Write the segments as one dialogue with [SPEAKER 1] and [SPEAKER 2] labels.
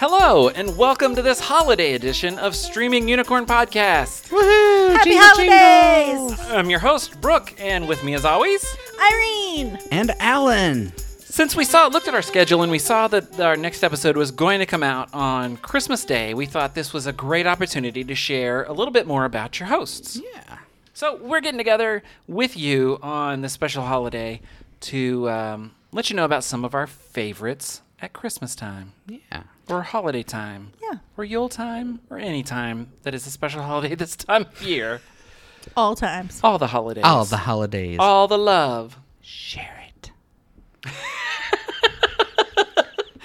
[SPEAKER 1] Hello, and welcome to this holiday edition of Streaming Unicorn Podcast.
[SPEAKER 2] Woohoo!
[SPEAKER 3] Happy
[SPEAKER 2] Jingle,
[SPEAKER 3] holidays!
[SPEAKER 2] jingle!
[SPEAKER 1] I'm your host, Brooke, and with me as always,
[SPEAKER 3] Irene!
[SPEAKER 2] And Alan.
[SPEAKER 1] since we saw looked at our schedule and we saw that our next episode was going to come out on Christmas Day, we thought this was a great opportunity to share a little bit more about your hosts.
[SPEAKER 2] Yeah.
[SPEAKER 1] So we're getting together with you on this special holiday to um, let you know about some of our favorites at Christmas time.
[SPEAKER 2] Yeah.
[SPEAKER 1] or holiday time.
[SPEAKER 3] Yeah.
[SPEAKER 1] Or Yule time, or any time that is a special holiday this time of year.
[SPEAKER 3] All times.
[SPEAKER 1] All the holidays.
[SPEAKER 2] All the holidays.
[SPEAKER 1] all the love.
[SPEAKER 2] Share it.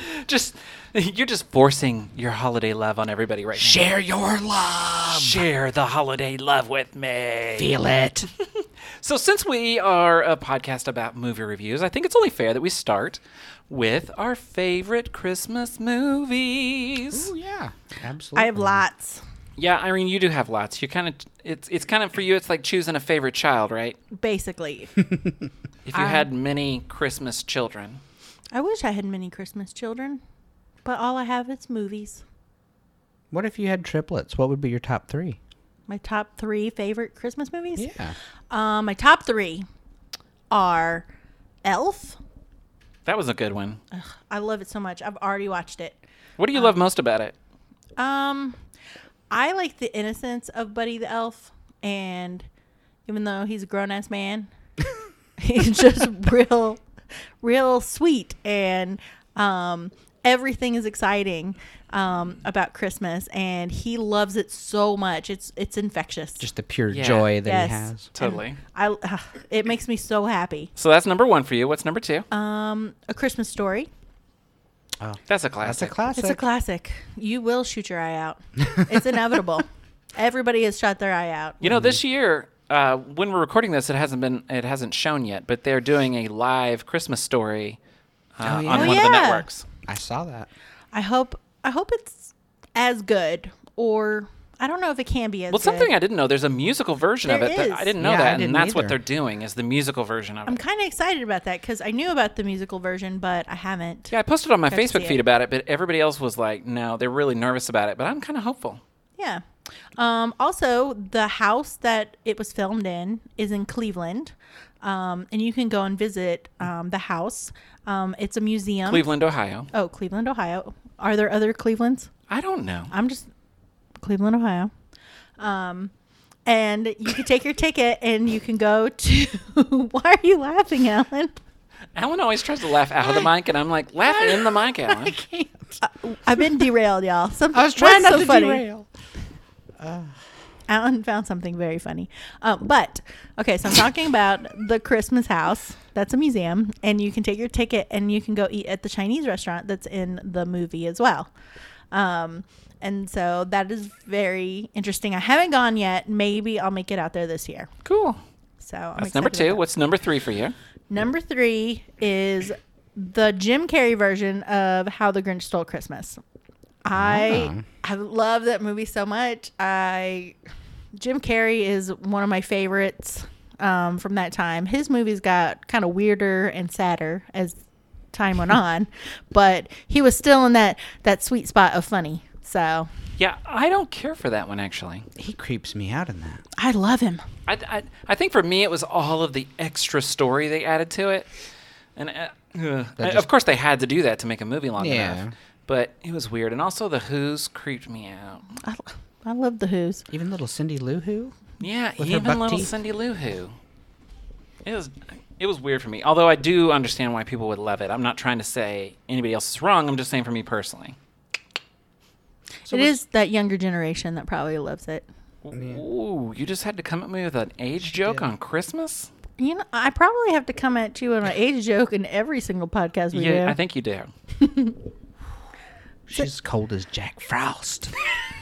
[SPEAKER 1] Just you're just forcing your holiday love on everybody right now.
[SPEAKER 2] Share your love.
[SPEAKER 1] Share the holiday love with me.
[SPEAKER 2] Feel it.
[SPEAKER 1] So since we are a podcast about movie reviews, I think it's only fair that we start with our favorite Christmas movies.
[SPEAKER 2] Ooh, yeah. Absolutely.
[SPEAKER 3] I have lots.
[SPEAKER 1] Yeah, Irene, you do have lots. You kind of it's it's kind of for you it's like choosing a favorite child, right?
[SPEAKER 3] Basically,
[SPEAKER 1] If you had many Christmas children.
[SPEAKER 3] I wish I had many Christmas children, but all I have is movies.
[SPEAKER 2] What if you had triplets? What would be your top three?
[SPEAKER 3] My top three favorite Christmas movies.
[SPEAKER 2] Yeah.
[SPEAKER 3] Um, my top three are Elf.
[SPEAKER 1] That was a good one.
[SPEAKER 3] I love it so much. I've already watched it.
[SPEAKER 1] What do
[SPEAKER 3] uh,
[SPEAKER 1] you love most about it?
[SPEAKER 3] Um, I like the innocence of Buddy the Elf, and even though he's a grown ass man, he's just real, real sweet, and um, everything is exciting um, about Christmas, and he loves it so much. It's it's infectious.
[SPEAKER 2] Just the pure
[SPEAKER 1] Yeah.
[SPEAKER 2] joy that
[SPEAKER 3] yes,
[SPEAKER 2] he has.
[SPEAKER 1] Totally.
[SPEAKER 3] I it makes me so happy.
[SPEAKER 1] So that's number one for you. What's number two?
[SPEAKER 3] Um, a Christmas story.
[SPEAKER 1] that's a
[SPEAKER 2] Oh. That's a
[SPEAKER 1] classic.
[SPEAKER 2] classic.
[SPEAKER 3] It's a classic. You will shoot your eye out. It's inevitable. Everybody has shot their eye out.
[SPEAKER 1] you know, this year, uh, when we're recording this, it hasn't been it hasn't shown yet, but they're doing a live Christmas story uh,
[SPEAKER 2] Oh,
[SPEAKER 1] on
[SPEAKER 2] yeah. Oh,
[SPEAKER 1] one of the
[SPEAKER 3] yeah.
[SPEAKER 1] networks.
[SPEAKER 2] I saw that.
[SPEAKER 3] I hope I hope it's as good or I don't know if it can be as
[SPEAKER 1] Well,
[SPEAKER 3] good.
[SPEAKER 1] something I didn't know. There's a musical version of
[SPEAKER 3] There
[SPEAKER 1] it that
[SPEAKER 3] is.
[SPEAKER 1] I didn't know
[SPEAKER 2] Yeah, I
[SPEAKER 1] that,
[SPEAKER 2] didn't
[SPEAKER 1] and that's what
[SPEAKER 2] either.
[SPEAKER 1] they're doing is the musical version of it.
[SPEAKER 3] I'm kind of excited about that cuz I knew about the musical version but I haven't.
[SPEAKER 1] yeah, I posted on my
[SPEAKER 3] Got to
[SPEAKER 1] Facebook
[SPEAKER 3] see
[SPEAKER 1] feed
[SPEAKER 3] it.
[SPEAKER 1] about it, but everybody else was like, "No, they're really nervous about it." But I'm kind of hopeful.
[SPEAKER 3] Yeah. Um also the house that it was filmed in is in Cleveland. Um and you can go and visit um the house. Um it's a museum.
[SPEAKER 1] Cleveland, Ohio.
[SPEAKER 3] Oh, Cleveland, Ohio. Are there other Clevelands?
[SPEAKER 1] I don't know.
[SPEAKER 3] I'm just Cleveland, Ohio. Um, and you can take your ticket and you can go to. Why are you laughing, Alan?
[SPEAKER 1] Alan always tries to laugh out of the mic, and I'm like, "Laugh in the mic, Alan."
[SPEAKER 3] I've been derailed, y'all. Something
[SPEAKER 2] Uh, I was
[SPEAKER 3] what's
[SPEAKER 2] trying not
[SPEAKER 3] so
[SPEAKER 2] to
[SPEAKER 3] funny?
[SPEAKER 2] derail.
[SPEAKER 3] Alan found something very funny. Um, but okay, so I'm talking about the Christmas house. That's a museum, and you can take your ticket and you can go eat at the Chinese restaurant that's in the movie as well. Um, and so that is very interesting. I haven't gone yet. Maybe I'll make it out there this year.
[SPEAKER 1] Cool.
[SPEAKER 3] So I'm
[SPEAKER 1] That's number
[SPEAKER 3] excited about
[SPEAKER 1] two.
[SPEAKER 3] that.
[SPEAKER 1] What's number three for you?
[SPEAKER 3] Number three is the Jim Carrey version of How the Grinch Stole Christmas. I
[SPEAKER 1] Ah.
[SPEAKER 3] I love that movie so much. I Jim Carrey is one of my favorites um, from that time. His movies got kind of weirder and sadder as time went on, but he was still in that that sweet spot of funny. So
[SPEAKER 1] Yeah, I don't care for that one actually.
[SPEAKER 2] He creeps me out in that.
[SPEAKER 3] I love him.
[SPEAKER 1] I, I, I think for me it was all of the extra story they added to it, and uh, ugh. I- of
[SPEAKER 2] just-
[SPEAKER 1] course they had to do that to make a movie long
[SPEAKER 2] Yeah.
[SPEAKER 1] enough. But it was weird, and also the Who's creeped me out.
[SPEAKER 3] I, I love the Who's.
[SPEAKER 2] Even little Cindy Lou Who?
[SPEAKER 1] Yeah,
[SPEAKER 2] With her
[SPEAKER 1] even
[SPEAKER 2] buck
[SPEAKER 1] little
[SPEAKER 2] teeth.
[SPEAKER 1] Cindy Lou Who. It was it was weird for me. Although I do understand why people would love it. I'm not trying to say anybody else is wrong. I'm just saying for me personally.
[SPEAKER 3] it is that younger generation that probably loves it.
[SPEAKER 1] Ooh, you just had to come at me with an age joke on Christmas.
[SPEAKER 3] You know, I probably have to come at you on an age joke in every single podcast we
[SPEAKER 1] Yeah,
[SPEAKER 3] do.
[SPEAKER 1] I think you do.
[SPEAKER 2] She's cold as Jack Frost.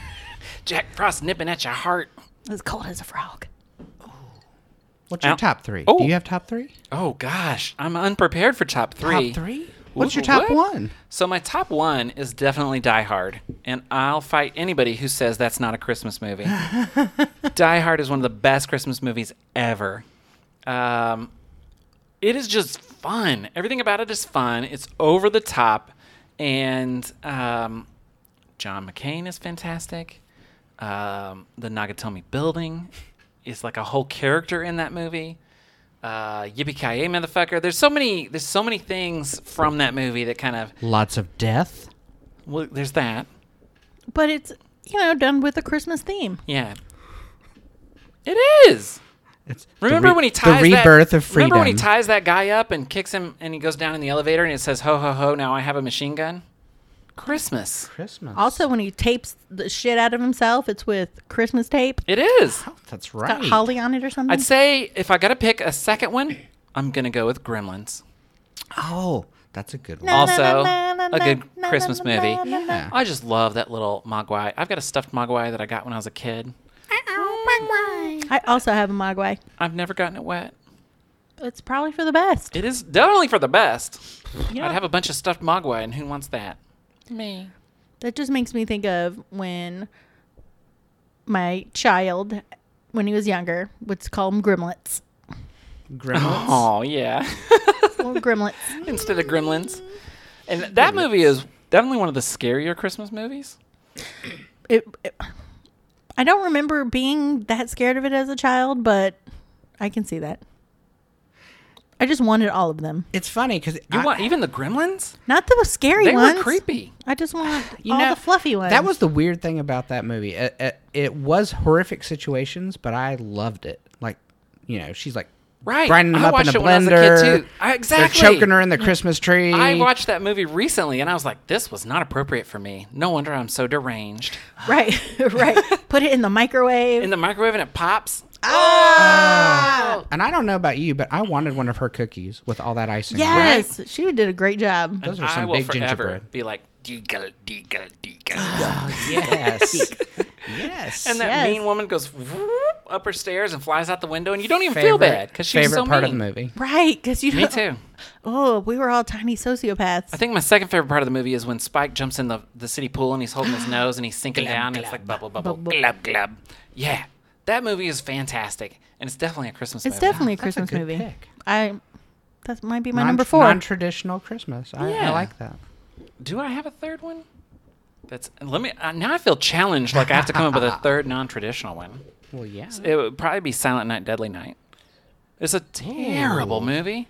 [SPEAKER 1] Jack Frost nipping at your heart.
[SPEAKER 3] it's cold as a frog.
[SPEAKER 2] What's your
[SPEAKER 1] Ow.
[SPEAKER 2] top three?
[SPEAKER 1] Oh.
[SPEAKER 2] Do you have top three?
[SPEAKER 1] Oh gosh, I'm unprepared for top three.
[SPEAKER 2] Top three? What's your
[SPEAKER 1] Ooh,
[SPEAKER 2] top
[SPEAKER 1] what?
[SPEAKER 2] one?
[SPEAKER 1] So my top one is definitely Die Hard, and I'll fight anybody who says that's not a Christmas movie. Die Hard is one of the best Christmas movies ever. Um, it is just fun. Everything about it is fun. It's over the top, and um, John McCain is fantastic. Um, the Nagatomi Building is like a whole character in that movie. Uh, Yippee ki yay, motherfucker! There's so many. There's so many things from that movie that kind of.
[SPEAKER 2] Lots of death.
[SPEAKER 1] Well, there's that.
[SPEAKER 3] But it's you know done with a Christmas theme.
[SPEAKER 1] Yeah. It is.
[SPEAKER 2] It's the
[SPEAKER 1] Remember
[SPEAKER 2] re-
[SPEAKER 1] when he ties
[SPEAKER 2] the rebirth
[SPEAKER 1] that,
[SPEAKER 2] of freedom?
[SPEAKER 1] Remember when he ties that guy up and kicks him, and he goes down in the elevator, and it says, "Ho ho ho! Now I have a machine gun." Christmas.
[SPEAKER 2] Christmas.
[SPEAKER 3] Also, when he tapes the shit out of himself, it's with Christmas tape.
[SPEAKER 1] It is.
[SPEAKER 2] that's
[SPEAKER 3] It's
[SPEAKER 2] right.
[SPEAKER 3] Got holly on it or something.
[SPEAKER 1] I'd say if I got to pick a second one, I'm gonna go with Gremlins.
[SPEAKER 2] Oh, that's a good one.
[SPEAKER 3] Na, na,
[SPEAKER 1] also
[SPEAKER 3] na, na,
[SPEAKER 1] a good
[SPEAKER 3] na, na,
[SPEAKER 1] Christmas
[SPEAKER 3] na, na,
[SPEAKER 1] movie.
[SPEAKER 3] na, na, na.
[SPEAKER 1] I just love that little mogwai. I've got a stuffed mogwai that I got when I was a kid.
[SPEAKER 3] I also have a Mogwai.
[SPEAKER 1] I've never gotten it wet.
[SPEAKER 3] It's probably for the best.
[SPEAKER 1] It is definitely for the best.
[SPEAKER 3] You know,
[SPEAKER 1] I'd have a bunch of stuffed mogwai, and who wants that? Me.
[SPEAKER 3] that just makes me think of when my child, when he was younger, would call them gremlins.
[SPEAKER 2] Gremlins.
[SPEAKER 1] Oh yeah.
[SPEAKER 3] Well, gremlins.
[SPEAKER 1] instead of Gremlins. And that movie is definitely one of the scarier Christmas movies.
[SPEAKER 3] It, it- I don't remember being that scared of it as a child, but I can see that. I just wanted all of them,
[SPEAKER 2] It's funny because
[SPEAKER 1] You want even the Gremlins?
[SPEAKER 3] not the scary
[SPEAKER 1] They
[SPEAKER 3] ones.
[SPEAKER 1] were creepy.
[SPEAKER 3] I just want
[SPEAKER 2] You
[SPEAKER 3] all
[SPEAKER 2] know,
[SPEAKER 3] the fluffy ones.
[SPEAKER 2] That was the weird thing about that movie. It, it, it was horrific situations, but I loved it. Like, you know, she's like
[SPEAKER 1] Right.
[SPEAKER 2] grinding them
[SPEAKER 1] I
[SPEAKER 2] up in
[SPEAKER 1] watched
[SPEAKER 2] a
[SPEAKER 1] it when I was a
[SPEAKER 2] blender.
[SPEAKER 1] kid, too. I- exactly.
[SPEAKER 2] They're choking her in the Christmas tree.
[SPEAKER 1] I watched that movie recently and I was like, this was not appropriate for me. No wonder I'm so deranged.
[SPEAKER 3] right, right. Put it in the microwave.
[SPEAKER 1] In the microwave and it pops.
[SPEAKER 2] And I don't know about you, but I wanted one of her cookies with all that icing. on it.
[SPEAKER 3] yes, she did a great job.
[SPEAKER 2] Those are
[SPEAKER 1] I
[SPEAKER 2] some
[SPEAKER 1] will
[SPEAKER 2] big
[SPEAKER 1] forever
[SPEAKER 2] gingerbread.
[SPEAKER 1] be like, deagle, deagle, deagle.
[SPEAKER 2] Yes. yes.
[SPEAKER 1] and that
[SPEAKER 3] Yes.
[SPEAKER 1] mean woman goes whoop, up her stairs and flies out the window and you don't even feel
[SPEAKER 2] Favorite-
[SPEAKER 1] bad because she's
[SPEAKER 2] favorite
[SPEAKER 1] so
[SPEAKER 2] part
[SPEAKER 1] mean.
[SPEAKER 2] of the movie.
[SPEAKER 3] Right, because you
[SPEAKER 1] Me
[SPEAKER 3] know-
[SPEAKER 1] too.
[SPEAKER 3] Oh, we were all tiny sociopaths.
[SPEAKER 1] I think my second favorite part of the movie is when Spike jumps in the, the city pool and he's holding his nose and he's sinking down and it's like bubble, bubble,
[SPEAKER 3] Bubble.
[SPEAKER 1] glub, glub. Yeah, that movie is fantastic. And it's definitely a Christmas
[SPEAKER 3] It's
[SPEAKER 1] movie.
[SPEAKER 3] definitely a
[SPEAKER 2] That's a
[SPEAKER 3] Christmas
[SPEAKER 2] good
[SPEAKER 3] movie.
[SPEAKER 2] pick.
[SPEAKER 3] I that might be my
[SPEAKER 2] Non-
[SPEAKER 3] number four.
[SPEAKER 2] Non-traditional Christmas. I,
[SPEAKER 1] Yeah.
[SPEAKER 2] I like that.
[SPEAKER 1] Do I have a third one? That's let me uh, now. I feel challenged. Like I have to come up with a third non-traditional one.
[SPEAKER 2] Well, yeah.
[SPEAKER 1] It would probably be Silent Night, Deadly Night. It's a terrible movie,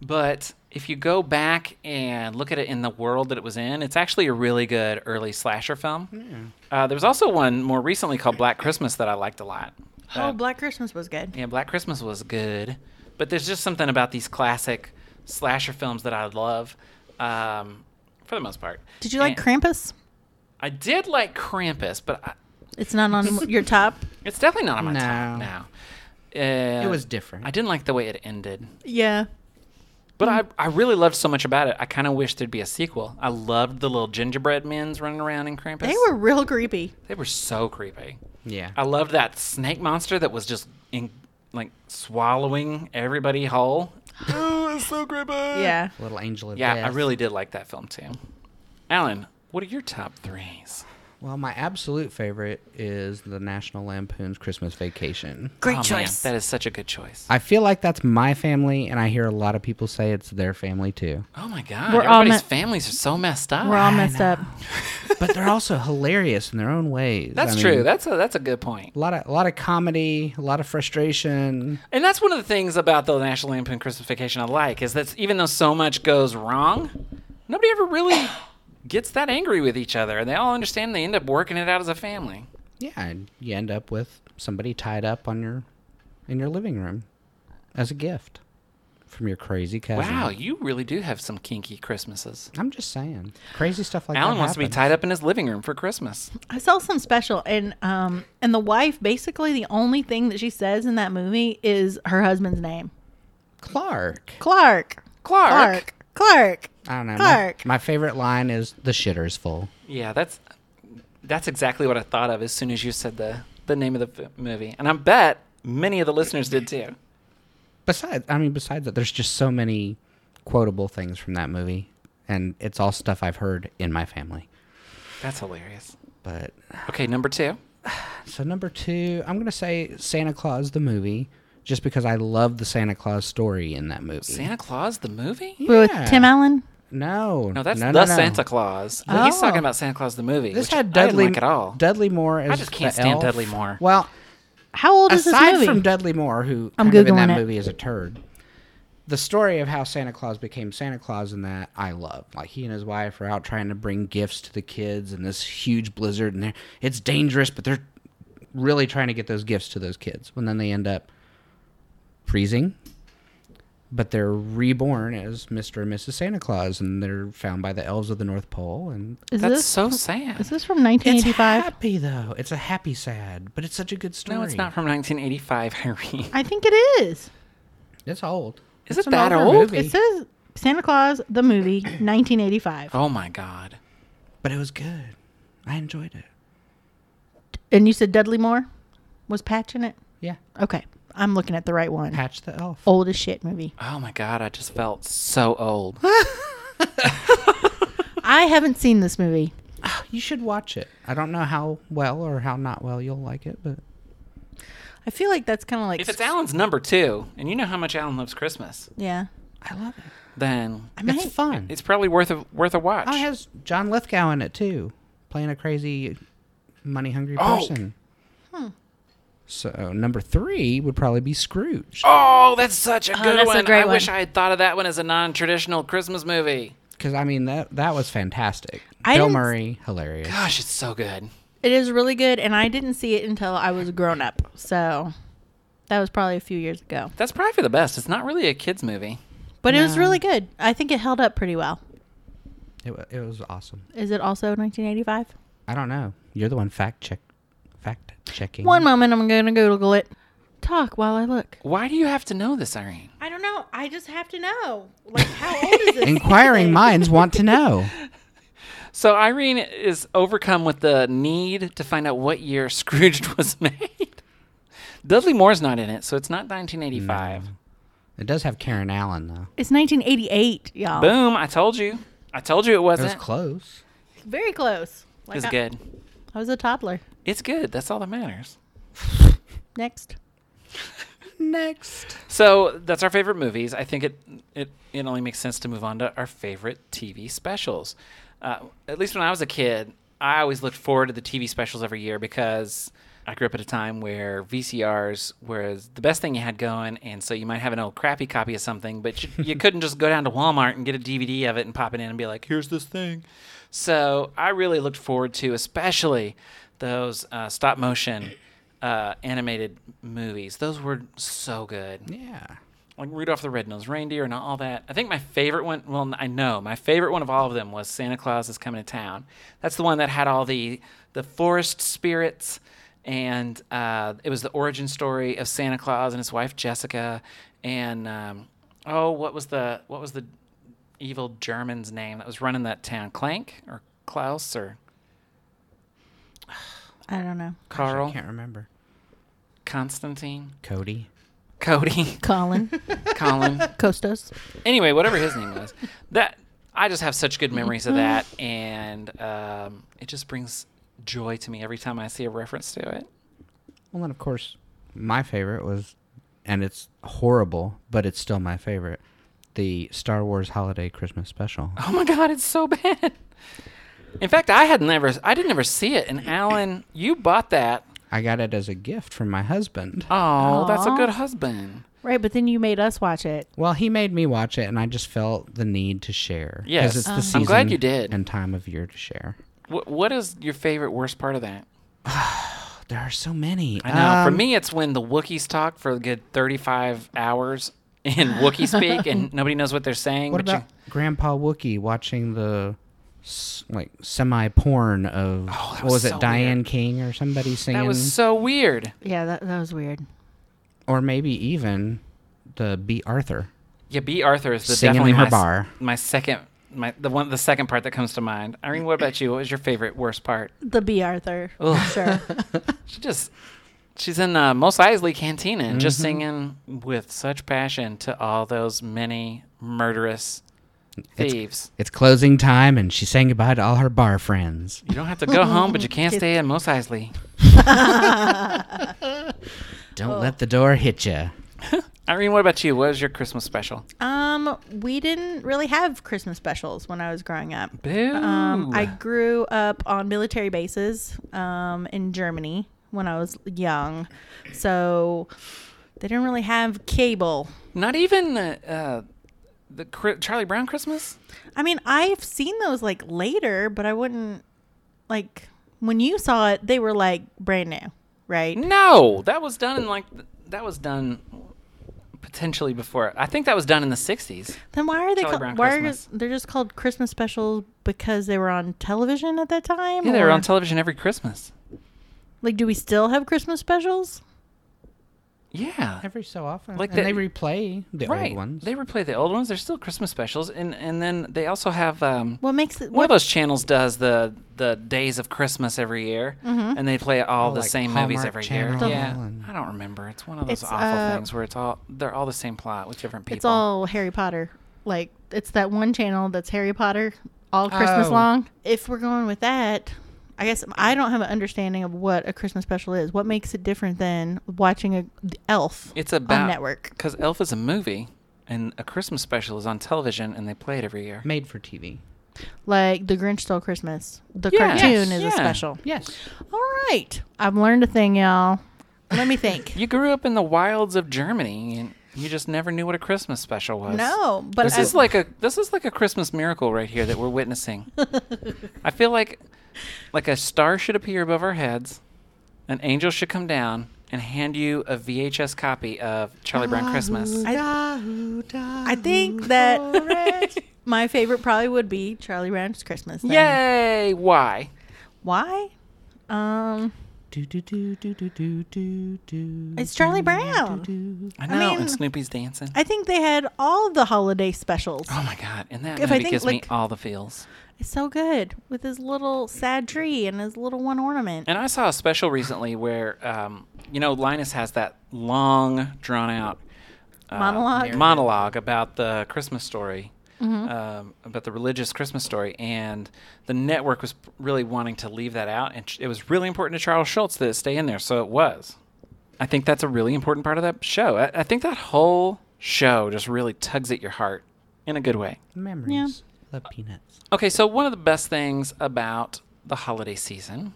[SPEAKER 1] but if you go back and look at it in the world that it was in, it's actually a really good early slasher film. Uh, there was also one more recently called Black Christmas that I liked a lot.
[SPEAKER 3] oh, Black Christmas was good.
[SPEAKER 1] Yeah, Black Christmas was good, but there's just something about these classic slasher films that I love, um, for the most part.
[SPEAKER 3] Did you like
[SPEAKER 1] And
[SPEAKER 3] Krampus?
[SPEAKER 1] I did like Krampus, but I,
[SPEAKER 3] It's not on your top.
[SPEAKER 1] it's definitely not on my
[SPEAKER 2] No.
[SPEAKER 1] top now. Uh,
[SPEAKER 2] It was different.
[SPEAKER 1] I didn't like the way it ended.
[SPEAKER 3] Yeah.
[SPEAKER 1] But
[SPEAKER 3] Hmm.
[SPEAKER 1] I, I really loved so much about it. I kind of wish there'd be a sequel. I loved the little gingerbread men's running around in Krampus.
[SPEAKER 3] They were real creepy.
[SPEAKER 1] they were so creepy.
[SPEAKER 2] yeah.
[SPEAKER 1] I loved that snake monster that was just in like swallowing everybody whole. oh, it's so creepy. Yeah,
[SPEAKER 3] Yeah.
[SPEAKER 2] Little angel of
[SPEAKER 1] yeah. I
[SPEAKER 2] death.
[SPEAKER 1] really did like that film too. Alan, what are your top threes?
[SPEAKER 2] Well, my absolute favorite is the National Lampoon's Christmas Vacation.
[SPEAKER 3] Great
[SPEAKER 1] Oh, man,
[SPEAKER 3] choice.
[SPEAKER 1] that is such a good choice.
[SPEAKER 2] I feel like that's my family, and I hear a lot of people say it's their family too.
[SPEAKER 1] Oh my god,
[SPEAKER 3] We're all
[SPEAKER 1] everybody's
[SPEAKER 3] me-
[SPEAKER 1] families are so messed up.
[SPEAKER 3] We're all messed up.
[SPEAKER 2] But they're also hilarious in their own ways.
[SPEAKER 1] that's
[SPEAKER 2] I mean,
[SPEAKER 1] true. That's a that's a good point.
[SPEAKER 2] a lot of a lot of comedy, a lot of frustration.
[SPEAKER 1] And that's one of the things about the National Lampoon Christmas Vacation I like is that even though so much goes wrong, nobody ever really gets that angry with each other, and they all understand. They end up working it out as a family.
[SPEAKER 2] Yeah, and you end up with somebody tied up on your in your living room as a gift from your crazy cousin.
[SPEAKER 1] Wow, you really do have some kinky Christmases.
[SPEAKER 2] I'm just saying, crazy stuff like
[SPEAKER 1] Alan
[SPEAKER 2] that.
[SPEAKER 1] wants to be
[SPEAKER 2] happens.
[SPEAKER 1] tied up in his living room for Christmas.
[SPEAKER 3] I saw some special and um and the wife basically the only thing that she says in that movie is her husband's name.
[SPEAKER 2] Clark.
[SPEAKER 3] Clark.
[SPEAKER 1] Clark.
[SPEAKER 3] Clark. Clark.
[SPEAKER 2] I don't know. my-
[SPEAKER 3] Clark.
[SPEAKER 2] my favorite line is "the shitter's full."
[SPEAKER 1] Yeah, that's that's exactly what I thought of as soon as you said the the name of the f- movie, and I bet many of the listeners did too.
[SPEAKER 2] besides i mean besides that there's just so many quotable things from that movie and it's all stuff i've heard in my family
[SPEAKER 1] That's hilarious.
[SPEAKER 2] but
[SPEAKER 1] Okay, number two.
[SPEAKER 2] so number two i'm gonna say santa claus the movie just because I love the Santa Claus story in that movie.
[SPEAKER 1] Santa Claus the movie?
[SPEAKER 3] With
[SPEAKER 2] Yeah.
[SPEAKER 3] Tim Allen?
[SPEAKER 2] No,
[SPEAKER 1] No, that's
[SPEAKER 2] no,
[SPEAKER 1] the
[SPEAKER 2] no.
[SPEAKER 1] Santa Claus. He's
[SPEAKER 3] Oh.
[SPEAKER 1] talking about Santa Claus the movie.
[SPEAKER 2] This
[SPEAKER 1] which
[SPEAKER 2] had
[SPEAKER 1] I
[SPEAKER 2] Dudley
[SPEAKER 1] didn't like at all.
[SPEAKER 2] Dudley Moore as
[SPEAKER 1] just can't
[SPEAKER 2] the
[SPEAKER 1] stand
[SPEAKER 2] elf.
[SPEAKER 1] Dudley Moore.
[SPEAKER 2] Well,
[SPEAKER 3] How old is this
[SPEAKER 2] aside
[SPEAKER 3] movie?
[SPEAKER 2] from Dudley Moore, who
[SPEAKER 3] I'm
[SPEAKER 2] kind of in
[SPEAKER 3] Googling
[SPEAKER 2] that
[SPEAKER 3] it.
[SPEAKER 2] movie is a turd, the story of how Santa Claus became Santa Claus in that I love. Like he and his wife are out trying to bring gifts to the kids in this huge blizzard, and they're, it's dangerous, but they're really trying to get those gifts to those kids. And then they end up freezing. But they're reborn as Mr. and Mrs. Santa Claus, and they're found by the elves of the North Pole, and
[SPEAKER 3] is
[SPEAKER 1] That's
[SPEAKER 3] this
[SPEAKER 1] so sad.
[SPEAKER 3] is this from
[SPEAKER 2] it's
[SPEAKER 3] 1985?
[SPEAKER 2] happy though. It's a happy sad, but it's such a good story.
[SPEAKER 1] no, it's not from 1985, Irene.
[SPEAKER 3] I think it is.
[SPEAKER 2] It's old.
[SPEAKER 1] Is
[SPEAKER 2] It's
[SPEAKER 1] it
[SPEAKER 2] an
[SPEAKER 1] that
[SPEAKER 2] older
[SPEAKER 1] old?
[SPEAKER 2] movie.
[SPEAKER 3] It says Santa Claus the movie 1985.
[SPEAKER 1] Oh my God.
[SPEAKER 2] but it was good. I enjoyed it.
[SPEAKER 3] And you said Dudley Moore was patching it?
[SPEAKER 2] Yeah.
[SPEAKER 3] Okay. I'm looking at the right one.
[SPEAKER 2] Patch the Elf.
[SPEAKER 3] Old as shit movie.
[SPEAKER 1] Oh my God. I just felt so old.
[SPEAKER 3] I haven't seen this movie.
[SPEAKER 2] You should watch it. I don't know how well or how not well you'll like it, but
[SPEAKER 3] I feel like that's kind of like
[SPEAKER 1] if it's Alan's number two, and you know how much Alan loves Christmas,
[SPEAKER 3] yeah.
[SPEAKER 2] I love it.
[SPEAKER 1] then
[SPEAKER 3] I might
[SPEAKER 2] It's fun.
[SPEAKER 1] it's probably worth a worth a watch.
[SPEAKER 2] oh, it has John Lithgow in it too, playing a crazy, money hungry
[SPEAKER 1] Oh.
[SPEAKER 2] person. So number three would probably be Scrooge.
[SPEAKER 1] Oh, that's such a good
[SPEAKER 3] that's a
[SPEAKER 1] one.
[SPEAKER 3] great
[SPEAKER 1] I wish
[SPEAKER 3] one.
[SPEAKER 1] I had thought of that one as a non-traditional Christmas movie.
[SPEAKER 2] Because I mean that that was fantastic.
[SPEAKER 3] I
[SPEAKER 2] Bill
[SPEAKER 3] didn't-
[SPEAKER 2] Murray, hilarious.
[SPEAKER 1] Gosh, it's so good.
[SPEAKER 3] It is really good and I didn't see it until I was grown up. So that was probably a few years ago.
[SPEAKER 1] That's probably for the best. It's not really a kids movie.
[SPEAKER 3] But it was really good. I think it held up pretty well.
[SPEAKER 2] It wa- it was awesome.
[SPEAKER 3] Is it also 1985?
[SPEAKER 2] I don't know. You're the one fact check fact checking.
[SPEAKER 3] One moment, I'm going to Google it. Talk while I look.
[SPEAKER 1] Why do you have to know this, Irene?
[SPEAKER 3] I don't know. I just have to know. Like, how old is this?
[SPEAKER 2] Inquiring minds want to know.
[SPEAKER 1] So Irene is overcome with the need to find out what year Scrooge was made. Dudley Moore's not in it, so it's not 1985.
[SPEAKER 2] It does have Karen Allen though.
[SPEAKER 3] It's 1988, y'all.
[SPEAKER 1] Boom! I told you. I told you it
[SPEAKER 2] It
[SPEAKER 1] wasn't.
[SPEAKER 2] was close.
[SPEAKER 3] Very close. Like
[SPEAKER 1] It's
[SPEAKER 3] I,
[SPEAKER 1] good.
[SPEAKER 3] I was a toddler.
[SPEAKER 1] It's good. That's all that matters.
[SPEAKER 3] Next.
[SPEAKER 2] Next.
[SPEAKER 1] So that's our favorite movies. I think it it, it only makes sense to move on to our favorite TV specials. Uh, at least when I was a kid, I always looked forward to the TV specials every year because I grew up at a time where VCRs was the best thing you had going, and so you might have an old crappy copy of something, but you, you couldn't just go down to Walmart and get a DVD of it and pop it in and be like, "Here's this thing." So I really looked forward to, especially those uh, stop motion uh, animated movies. Those were so good
[SPEAKER 2] Yeah.
[SPEAKER 1] like Rudolph the Red-Nosed Reindeer and all that. I think my favorite one, well, I know my favorite one of all of them was Santa Claus is Coming to Town. That's the one that had all the the forest spirits, and uh, it was the origin story of Santa Claus and his wife Jessica, and um, oh, what was the what was the evil German's name that was running that town? Clank or Klaus or
[SPEAKER 3] I don't know.
[SPEAKER 2] Actually, I
[SPEAKER 1] Carl?
[SPEAKER 2] can't remember.
[SPEAKER 1] Constantine?
[SPEAKER 2] Cody.
[SPEAKER 1] Cody?
[SPEAKER 3] Colin.
[SPEAKER 1] Colin?
[SPEAKER 3] Costos.
[SPEAKER 1] anyway, whatever his name was, that I just have such good memories of that, and um, it just brings joy to me every time I see a reference to it.
[SPEAKER 2] Well, then of course, my favorite was, and it's horrible, but it's still my favorite, the Star Wars Holiday Christmas Special.
[SPEAKER 1] Oh my god, it's so bad. In fact, I had never, I didn't ever see it, and Alan, you bought that.
[SPEAKER 2] I got it as a gift from my husband.
[SPEAKER 1] Oh, that's a
[SPEAKER 3] Aw.
[SPEAKER 1] good husband.
[SPEAKER 3] Right, but then you made us watch it.
[SPEAKER 2] Well, he made me watch it, and I just felt the need to share. 'cause
[SPEAKER 1] Yes.
[SPEAKER 2] it's the
[SPEAKER 1] I'm glad
[SPEAKER 2] season
[SPEAKER 1] you did.
[SPEAKER 2] And time of year to share.
[SPEAKER 1] Wh- what is your favorite worst part of that?
[SPEAKER 2] There are so many.
[SPEAKER 1] I know.
[SPEAKER 2] Um,
[SPEAKER 1] for me, it's when the Wookiees talk for a good 35 hours in Wookiee speak, and nobody knows what they're saying.
[SPEAKER 2] What
[SPEAKER 1] but you-
[SPEAKER 2] about Grandpa Wookie watching the s- like semi porn
[SPEAKER 1] Oh,
[SPEAKER 2] of
[SPEAKER 1] that
[SPEAKER 2] what
[SPEAKER 1] was
[SPEAKER 2] was
[SPEAKER 1] so
[SPEAKER 2] it Diane
[SPEAKER 1] weird.
[SPEAKER 2] King or somebody singing,
[SPEAKER 1] that was so weird.
[SPEAKER 3] Yeah, that, that was weird.
[SPEAKER 2] or maybe even the Be Arthur.
[SPEAKER 1] Yeah, B. Arthur is the,
[SPEAKER 2] Singing
[SPEAKER 1] definitely
[SPEAKER 2] in her
[SPEAKER 1] my, s-
[SPEAKER 2] bar.
[SPEAKER 1] my second, my the one, the second part that comes to mind. Irene, what about you? What was your favorite worst part?
[SPEAKER 3] The B. Arthur.
[SPEAKER 1] Ugh.
[SPEAKER 3] Sure.
[SPEAKER 1] She just, she's in uh, Mos Eisley Cantina and
[SPEAKER 2] Mm-hmm.
[SPEAKER 1] just singing with such passion to all those many murderous thieves.
[SPEAKER 2] It's closing time, and she sang goodbye to all her bar friends.
[SPEAKER 1] you don't have to go home, but you can't stay in Mos Eisley.
[SPEAKER 2] Don't let the door hit you.
[SPEAKER 1] Irene, what about you? What was your Christmas special?
[SPEAKER 3] Um, we didn't really have Christmas specials when I was growing up.
[SPEAKER 1] Boo.
[SPEAKER 3] Um, I grew up on military bases um, in Germany when I was young, so they didn't really have cable.
[SPEAKER 1] Not even uh, uh, the Chri- Charlie Brown Christmas.
[SPEAKER 3] I mean, I've seen those like later, but I wouldn't like when you saw it. They were like brand new, right?
[SPEAKER 1] Mm-hmm. No, that was done in like th- that was done potentially before. I think that was done in the '60s.
[SPEAKER 3] Then why are they?
[SPEAKER 1] Charlie
[SPEAKER 3] Called,
[SPEAKER 1] Brown
[SPEAKER 3] why are
[SPEAKER 1] Christmas.
[SPEAKER 3] they're just called Christmas specials because they were on television at that time?
[SPEAKER 1] Yeah, they were
[SPEAKER 3] or-
[SPEAKER 1] on television every Christmas.
[SPEAKER 3] Like, do we still have Christmas specials?
[SPEAKER 1] Yeah,
[SPEAKER 2] Every so often,
[SPEAKER 1] Like
[SPEAKER 2] like and
[SPEAKER 1] the-
[SPEAKER 2] they replay the
[SPEAKER 1] right.
[SPEAKER 2] old ones.
[SPEAKER 1] They replay the old ones. They're still Christmas specials, and and then they also have um,
[SPEAKER 3] What makes it?
[SPEAKER 1] one
[SPEAKER 3] What,
[SPEAKER 1] of those channels does the the days of Christmas every year, and they play all
[SPEAKER 2] Oh,
[SPEAKER 1] the
[SPEAKER 2] like
[SPEAKER 1] same movies
[SPEAKER 2] Hallmark
[SPEAKER 1] every
[SPEAKER 2] Channel
[SPEAKER 1] year. Yeah,
[SPEAKER 2] and-
[SPEAKER 1] I don't remember. It's one of those
[SPEAKER 3] It's,
[SPEAKER 1] awful
[SPEAKER 3] uh,
[SPEAKER 1] things where it's all they're all the same plot with different people.
[SPEAKER 3] it's all Harry Potter. Like, it's that one channel that's Harry Potter all Christmas
[SPEAKER 2] Oh.
[SPEAKER 3] long. If we're going with that, I guess I don't have an understanding of what a Christmas special is. What makes it different than watching a the Elf?
[SPEAKER 1] It's about
[SPEAKER 3] network.
[SPEAKER 1] because Elf is a movie, and a Christmas special is on television, and they play it every year.
[SPEAKER 2] Made for TV.
[SPEAKER 3] like The Grinch Stole Christmas. The
[SPEAKER 1] Yeah.
[SPEAKER 3] cartoon
[SPEAKER 1] Yes.
[SPEAKER 3] is
[SPEAKER 1] Yeah.
[SPEAKER 3] a special.
[SPEAKER 2] Yes.
[SPEAKER 3] All right, I've learned a thing, y'all. Let me think.
[SPEAKER 1] You grew up in the wilds of Germany, and you just never knew what a Christmas special was.
[SPEAKER 3] no, but
[SPEAKER 1] this
[SPEAKER 3] I-
[SPEAKER 1] is like a this is like a Christmas miracle right here that we're witnessing. I feel like like a star should appear above our heads, an angel should come down and hand you a VHS copy of Charlie
[SPEAKER 3] Ah,
[SPEAKER 1] Brown Christmas.
[SPEAKER 3] I think that my favorite probably would be Charlie Brown's Christmas. then.
[SPEAKER 1] Yay! Why?
[SPEAKER 3] Why? Um,
[SPEAKER 2] Do, do, do, do, do, do, do, do,
[SPEAKER 3] it's Charlie
[SPEAKER 2] do, do,
[SPEAKER 3] Brown.
[SPEAKER 2] do.
[SPEAKER 1] I know.
[SPEAKER 3] mean-
[SPEAKER 1] and Snoopy's dancing.
[SPEAKER 3] I think they had all the holiday specials.
[SPEAKER 1] oh my god! And that
[SPEAKER 3] If
[SPEAKER 1] movie
[SPEAKER 3] I think,
[SPEAKER 1] gives me
[SPEAKER 3] like-
[SPEAKER 1] all the feels.
[SPEAKER 3] It's so good with his little sad tree and his little one ornament.
[SPEAKER 1] And I saw a special recently where, um, you know, Linus has that long, drawn out uh,
[SPEAKER 3] Monologue?
[SPEAKER 1] monologue about the Christmas story, um, about the religious Christmas story. And the network was really wanting to leave that out. And ch- it was really important to Charles Schultz that it stay in there. So it was. I think that's a really important part of that show. I, I think that whole show just really tugs at your heart in a good way.
[SPEAKER 2] Memories. The peanuts.
[SPEAKER 1] Okay, so one of the best things about the holiday season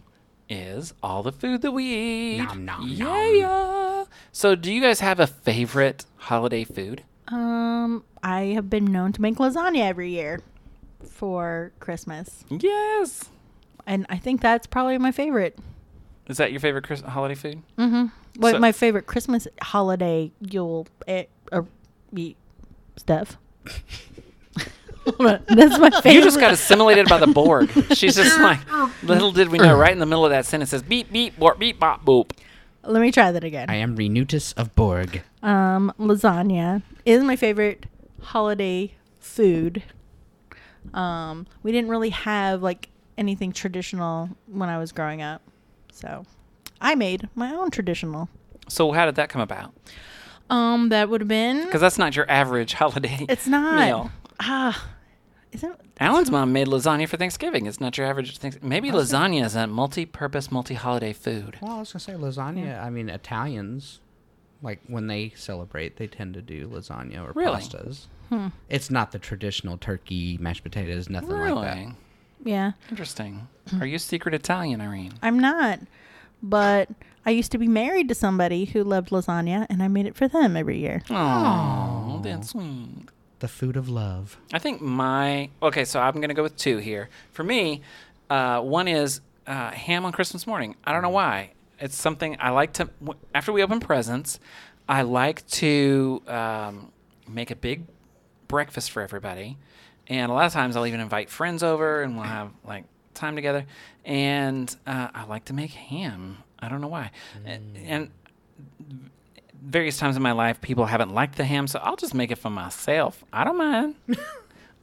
[SPEAKER 1] is all the food that we eat.
[SPEAKER 2] Nom, nom,
[SPEAKER 1] yeah. So, do you guys have a favorite holiday food?
[SPEAKER 3] Um, I have been known to make lasagna every year for Christmas,
[SPEAKER 1] Yes.
[SPEAKER 3] and I think that's probably my favorite.
[SPEAKER 1] Is that your favorite Chris- holiday food?
[SPEAKER 3] What
[SPEAKER 1] So-
[SPEAKER 3] my favorite Christmas holiday you'll eh, uh, eat stuff. That's my favorite.
[SPEAKER 1] You just got assimilated by the Borg. She's just like, little did we know, right in the middle of that sentence says beep, beep, borp, beep, bop, boop.
[SPEAKER 3] Let me try that again.
[SPEAKER 2] I am Renutus of Borg.
[SPEAKER 3] Um, lasagna is my favorite holiday food. Um, we didn't really have like anything traditional when I was growing up, so I made my own traditional.
[SPEAKER 1] So, how did that come about?
[SPEAKER 3] Um, that would have been.
[SPEAKER 1] Because that's not your average holiday
[SPEAKER 3] It's not.
[SPEAKER 1] meal.
[SPEAKER 3] Ah, isn't
[SPEAKER 1] Alan's mom made lasagna for Thanksgiving. It's not your average thing. Maybe lasagna is a multi-purpose, multi-holiday food.
[SPEAKER 2] Well, I was gonna say lasagna. I mean, Italians, like when they celebrate, they tend to do lasagna or
[SPEAKER 1] Really? Hmm.
[SPEAKER 2] pastas. It's not the traditional turkey, mashed potatoes, nothing
[SPEAKER 1] Really?
[SPEAKER 2] like that.
[SPEAKER 3] yeah?
[SPEAKER 1] Interesting. Are you secret Italian, Irene?
[SPEAKER 3] I'm not. But I used to be married to somebody who loved lasagna, and I made it for them every year.
[SPEAKER 1] Oh, that's sweet.
[SPEAKER 2] The food of love.
[SPEAKER 1] I think my okay. So I'm gonna go with two here. For me, uh, one is uh, ham on Christmas morning. I don't know why. It's something I like to. w- After we open presents, I like to um, make a big breakfast for everybody, and a lot of times I'll even invite friends over, and we'll have like time together. And uh, I like to make ham. I don't know why. And, and various times in my life, people haven't liked the ham, so I'll just make it for myself. I don't mind.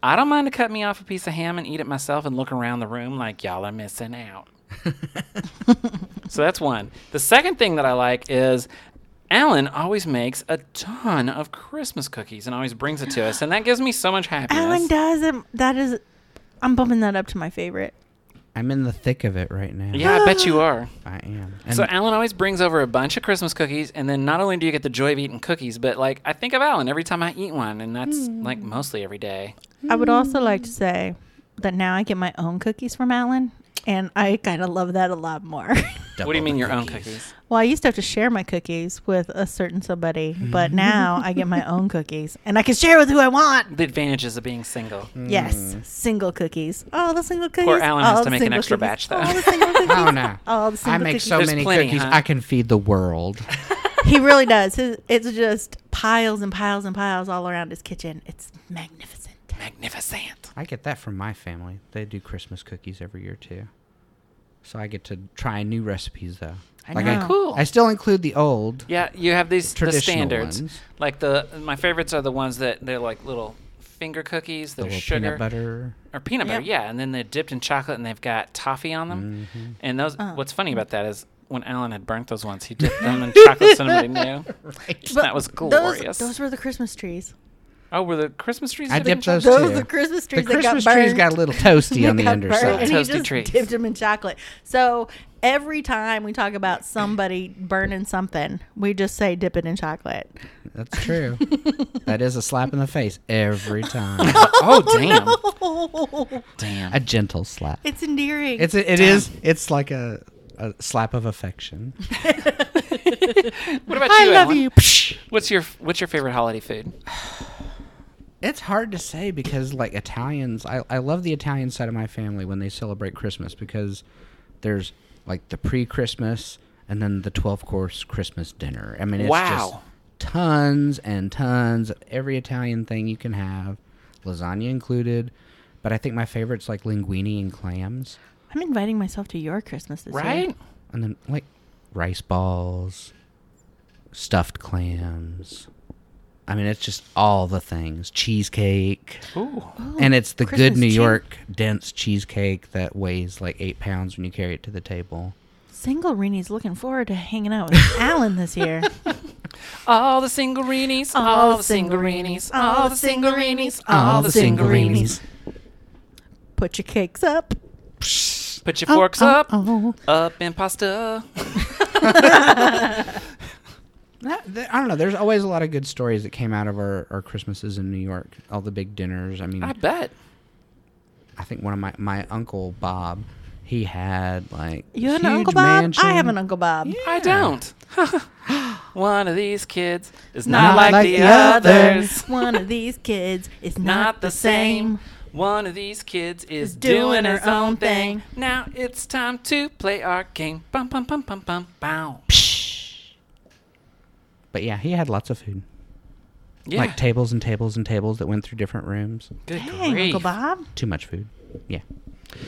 [SPEAKER 1] I don't mind to cut me off a piece of ham and eat it myself and look around the room like y'all are missing out. so that's one. The second thing that I like is Alan always makes a ton of Christmas cookies and always brings it to us, and that gives me so much happiness.
[SPEAKER 3] Alan does it. That is, I'm bumping that up to my favorite.
[SPEAKER 2] I'm in the thick of it right now.
[SPEAKER 1] Yeah, I bet you are.
[SPEAKER 2] I am. And
[SPEAKER 1] so Alan always brings over a bunch of Christmas cookies, and then not only do you get the joy of eating cookies, but like I think of Alan every time I eat one, and that's like mostly every day.
[SPEAKER 3] I would also like
[SPEAKER 2] Mm.
[SPEAKER 3] to say that now I get my own cookies from Alan, and I kind of love that a lot more.
[SPEAKER 1] what do
[SPEAKER 2] double
[SPEAKER 1] you
[SPEAKER 2] the
[SPEAKER 1] mean your own cookies?
[SPEAKER 3] well, I used to have to share my cookies with a certain somebody, but
[SPEAKER 2] Mm.
[SPEAKER 3] now I get my own cookies, and I can share with who I want.
[SPEAKER 1] The advantages of being single.
[SPEAKER 3] Yes,
[SPEAKER 2] Mm.
[SPEAKER 3] single cookies. All the single cookies.
[SPEAKER 1] Alan
[SPEAKER 3] all
[SPEAKER 1] has
[SPEAKER 3] the
[SPEAKER 1] to make an
[SPEAKER 3] single
[SPEAKER 1] extra
[SPEAKER 3] cookies,
[SPEAKER 1] batch, though.
[SPEAKER 3] All the single cookies.
[SPEAKER 2] Oh no!
[SPEAKER 3] All the
[SPEAKER 2] I
[SPEAKER 3] single
[SPEAKER 2] make
[SPEAKER 3] cookies.
[SPEAKER 2] so
[SPEAKER 1] There's
[SPEAKER 2] many
[SPEAKER 1] plenty,
[SPEAKER 2] cookies,
[SPEAKER 1] huh?
[SPEAKER 2] I can feed the world.
[SPEAKER 3] he really does. His, it's just piles and piles and piles all around his kitchen. It's magnificent.
[SPEAKER 1] Magnificent.
[SPEAKER 2] I get that from my family. They do Christmas cookies every year too, so I get to try new recipes though.
[SPEAKER 3] I
[SPEAKER 2] I,
[SPEAKER 3] know.
[SPEAKER 1] Cool.
[SPEAKER 2] I still include the old.
[SPEAKER 1] Yeah, you have these the
[SPEAKER 2] Traditional
[SPEAKER 1] standards.
[SPEAKER 2] ones.
[SPEAKER 1] Like the my favorites are the ones that they're like little finger cookies that
[SPEAKER 2] the
[SPEAKER 1] are
[SPEAKER 2] little
[SPEAKER 1] sugar
[SPEAKER 2] peanut butter.
[SPEAKER 1] or peanut butter,
[SPEAKER 3] Yeah.
[SPEAKER 1] yeah, and then they're dipped in chocolate and they've got toffee on them.
[SPEAKER 2] Mm-hmm.
[SPEAKER 1] And those, what's funny about that is when Alan had burnt those ones, he dipped them in chocolate so nobody knew.
[SPEAKER 2] Right.
[SPEAKER 3] But
[SPEAKER 1] That was
[SPEAKER 3] those-
[SPEAKER 1] glorious.
[SPEAKER 3] Those, were the Christmas trees.
[SPEAKER 1] Oh, were the Christmas trees?
[SPEAKER 2] I
[SPEAKER 1] dipped in
[SPEAKER 2] dipped those
[SPEAKER 1] chocolate?
[SPEAKER 3] Those
[SPEAKER 2] too.
[SPEAKER 3] were the Christmas
[SPEAKER 2] The
[SPEAKER 3] trees. that
[SPEAKER 2] Christmas
[SPEAKER 3] got
[SPEAKER 2] trees
[SPEAKER 3] burnt.
[SPEAKER 2] got a little toasty
[SPEAKER 3] They
[SPEAKER 2] on the
[SPEAKER 3] got burnt,
[SPEAKER 2] underside.
[SPEAKER 3] And he
[SPEAKER 1] Toasty
[SPEAKER 3] just
[SPEAKER 1] trees.
[SPEAKER 3] dipped them in chocolate. So every time we talk about somebody burning something, we just say dip it in chocolate.
[SPEAKER 2] That's true. that is a slap in the face every time.
[SPEAKER 1] Oh, damn.
[SPEAKER 3] Oh,
[SPEAKER 1] Damn.
[SPEAKER 2] a gentle slap.
[SPEAKER 3] it's endearing.
[SPEAKER 2] It's a, it is it's like a, a slap of affection.
[SPEAKER 1] what about
[SPEAKER 3] I
[SPEAKER 1] you,
[SPEAKER 3] love
[SPEAKER 1] Alan?
[SPEAKER 3] you.
[SPEAKER 1] What's your What's your favorite holiday food?
[SPEAKER 2] It's hard to say because like Italians, I I love the Italian side of my family when they celebrate Christmas because there's like the pre-Christmas and then the 12 course Christmas dinner. I mean, it's
[SPEAKER 1] Wow.
[SPEAKER 2] just tons and tons of every Italian thing you can have, lasagna included. But I think my favorite's like linguine and clams.
[SPEAKER 3] I'm inviting myself to your Christmas this year.
[SPEAKER 1] Right?
[SPEAKER 2] and then like rice balls, stuffed clams. I mean, it's just all the things cheesecake,
[SPEAKER 1] Ooh.
[SPEAKER 2] and it's the good
[SPEAKER 3] Oh, Christmas
[SPEAKER 2] New
[SPEAKER 3] cheese-
[SPEAKER 2] York dense cheesecake that weighs like eight pounds when you carry it to the table.
[SPEAKER 3] Single Reenie's looking forward to hanging out with Alan this year.
[SPEAKER 1] All the singarinis, all the singarinis, all the singarinis, all the singarinis.
[SPEAKER 3] Put your cakes up.
[SPEAKER 1] Put your forks up,
[SPEAKER 2] Oh,
[SPEAKER 1] up in pasta.
[SPEAKER 2] That- that- I don't know. There's always a lot of good stories that came out of our, our Christmases in New York. All the big dinners. I mean,
[SPEAKER 1] I bet.
[SPEAKER 2] I think one of my my uncle Bob, he had like
[SPEAKER 3] You have an
[SPEAKER 2] huge
[SPEAKER 3] Uncle Bob? I have
[SPEAKER 2] mansion.
[SPEAKER 3] an Uncle Bob.
[SPEAKER 1] I don't. One of these kids is
[SPEAKER 2] Not
[SPEAKER 1] not, like,
[SPEAKER 2] like
[SPEAKER 1] the
[SPEAKER 2] the
[SPEAKER 1] others.
[SPEAKER 3] One of these kids is
[SPEAKER 1] Not the same. One of these kids is doing
[SPEAKER 3] doing
[SPEAKER 1] his
[SPEAKER 3] her
[SPEAKER 1] own
[SPEAKER 3] own
[SPEAKER 1] thing.
[SPEAKER 3] thing.
[SPEAKER 1] Now it's time to play our game. Bum bum bum bum bum bow.
[SPEAKER 2] But yeah, he had lots of food.
[SPEAKER 1] Yeah.
[SPEAKER 2] Like tables and tables and tables that went through different rooms.
[SPEAKER 1] Good
[SPEAKER 3] Dang, Uncle
[SPEAKER 1] grief.
[SPEAKER 3] Bob.
[SPEAKER 2] Too much food. Yeah.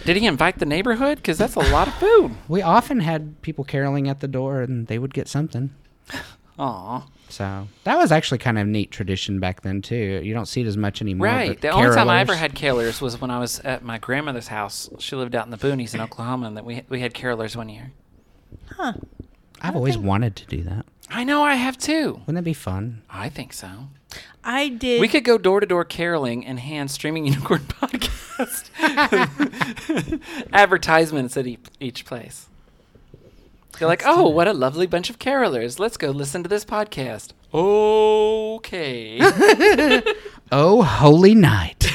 [SPEAKER 1] Did he invite the neighborhood? Because that's a lot of food.
[SPEAKER 2] We often had people caroling at the door and they would get something.
[SPEAKER 1] Aw.
[SPEAKER 2] So that was actually kind of a neat tradition back then too. You don't see it as much anymore.
[SPEAKER 1] Right. The only time I ever had carolers was when I was at my grandmother's house. She lived out in the boonies in Oklahoma, and that we we had carolers one year.
[SPEAKER 2] I've always wanted to do that.
[SPEAKER 1] I know I have too.
[SPEAKER 2] Wouldn't that be fun?
[SPEAKER 1] I think so.
[SPEAKER 3] I did.
[SPEAKER 1] We could go door to door caroling and hand streaming unicorn podcast advertisements at each, each place. You're like, oh, what a lovely bunch of carolers. Let's go listen to this podcast. Okay.
[SPEAKER 2] Oh, holy night.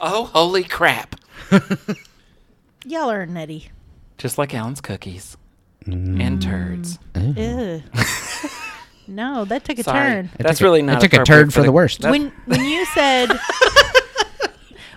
[SPEAKER 1] oh, holy crap.
[SPEAKER 3] Y'all are nutty.
[SPEAKER 1] Just like Alan's cookies and turds.
[SPEAKER 2] Mm.
[SPEAKER 3] Ew.
[SPEAKER 1] Mm.
[SPEAKER 3] no, that took a
[SPEAKER 1] Sorry.
[SPEAKER 3] turn.
[SPEAKER 1] That's
[SPEAKER 2] took a-
[SPEAKER 1] really
[SPEAKER 2] it
[SPEAKER 1] not
[SPEAKER 2] took a
[SPEAKER 1] appropriate
[SPEAKER 2] turn for the worst.
[SPEAKER 1] that-
[SPEAKER 3] When when you said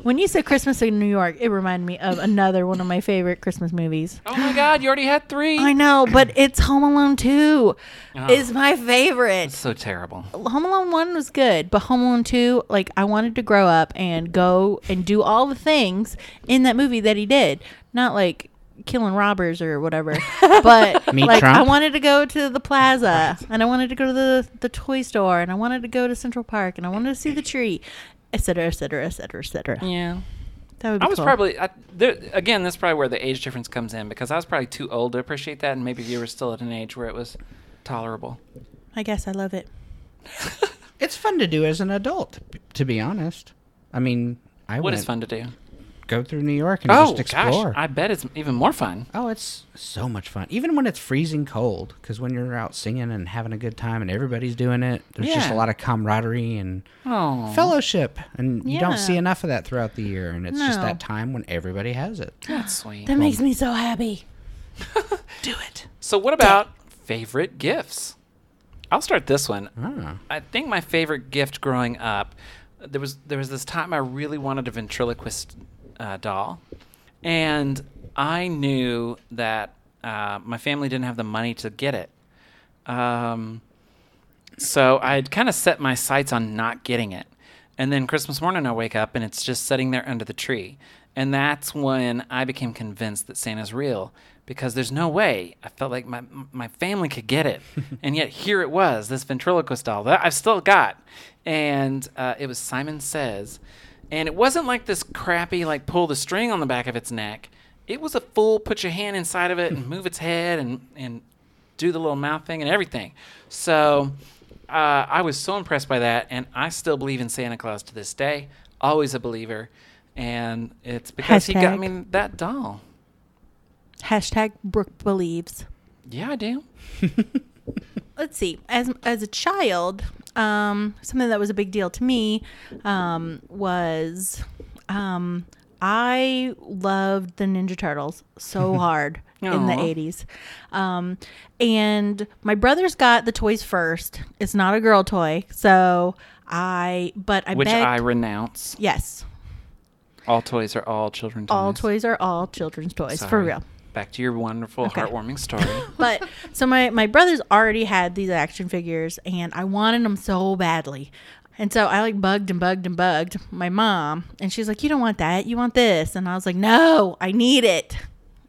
[SPEAKER 3] when you said Christmas in New York, it reminded me of another one of my favorite Christmas movies.
[SPEAKER 1] oh my God, you already had three.
[SPEAKER 3] I know, but it's Home Alone 2
[SPEAKER 1] Uh-huh.
[SPEAKER 3] is my favorite.
[SPEAKER 1] so terrible.
[SPEAKER 3] Home Alone 1 was good, but Home Alone 2, like, I wanted to grow up and go and do all the things in that movie that he did. Not like killing robbers or whatever, but
[SPEAKER 2] Meet
[SPEAKER 3] like,
[SPEAKER 2] Trump?
[SPEAKER 3] I wanted to go to the plaza and I wanted to go to the, the toy store and I wanted to go to Central Park and I wanted to see the tree, et cetera, et cetera, et cetera, et cetera.
[SPEAKER 1] Yeah.
[SPEAKER 3] That would be
[SPEAKER 1] I was
[SPEAKER 3] cool.
[SPEAKER 1] probably I, there, again. That's probably where the age difference comes in because I was probably too old to appreciate that, and maybe you were still at an age where it was tolerable.
[SPEAKER 3] I guess I love it.
[SPEAKER 2] It's fun to do as an adult, to be honest. I mean, I
[SPEAKER 1] What
[SPEAKER 2] went
[SPEAKER 1] is fun to do?
[SPEAKER 2] go through New York and
[SPEAKER 1] Oh
[SPEAKER 2] just
[SPEAKER 1] gosh,
[SPEAKER 2] explore.
[SPEAKER 1] I bet it's even more fun.
[SPEAKER 2] Oh, it's so much fun. Even when it's freezing cold, because when you're out singing and having a good time and everybody's doing it, there's just
[SPEAKER 1] Yeah.
[SPEAKER 2] a lot of camaraderie and
[SPEAKER 1] Oh,
[SPEAKER 2] fellowship. And you
[SPEAKER 3] Yeah.
[SPEAKER 2] don't see enough of that throughout the year. And it's just
[SPEAKER 3] No.
[SPEAKER 2] that time when everybody has it.
[SPEAKER 1] that's sweet.
[SPEAKER 3] That makes me so happy.
[SPEAKER 2] Do it.
[SPEAKER 1] So what about favorite gifts? I'll start this one.
[SPEAKER 2] Ah.
[SPEAKER 1] I think my favorite gift growing up, there was there was this time I really wanted a ventriloquist uh, doll, and I knew that uh, my family didn't have the money to get it. Um, so I had kind of set my sights on not getting it, and then Christmas morning I wake up and it's just sitting there under the tree, and that's when I became convinced that Santa's real because there's no way I felt like my my family could get it, and yet here it was this ventriloquist doll that I've still got, and uh, it was Simon Says, and it wasn't like this crappy like pull the string on the back of its neck. It was a full put your hand inside of it and move its head and and do the little mouth thing and everything. So uh, I was so impressed by that, and I still believe in Santa Claus to this day. Always a believer, and it's because he got
[SPEAKER 3] Hashtag.
[SPEAKER 1] me that doll.
[SPEAKER 3] Hashtag Brooke believes.
[SPEAKER 1] Yeah, I do.
[SPEAKER 3] let's see as as a child um something that was a big deal to me um was um I loved the Ninja Turtles so hard in the
[SPEAKER 1] Aw.
[SPEAKER 3] 80s. Um, and my brothers got the toys first. It's not a girl toy. So I, but I
[SPEAKER 1] Which
[SPEAKER 3] begged-
[SPEAKER 1] I renounce.
[SPEAKER 3] yes,
[SPEAKER 1] All toys are all children's.
[SPEAKER 3] all toys are all children's toys for real.
[SPEAKER 1] Back to your wonderful,
[SPEAKER 3] Okay.
[SPEAKER 1] heartwarming story.
[SPEAKER 3] but so my my brothers already had these action figures and I wanted them so badly. And so I like bugged and bugged and bugged my mom and she's like, "You don't want that. You want this." And I was like, "No, I need it."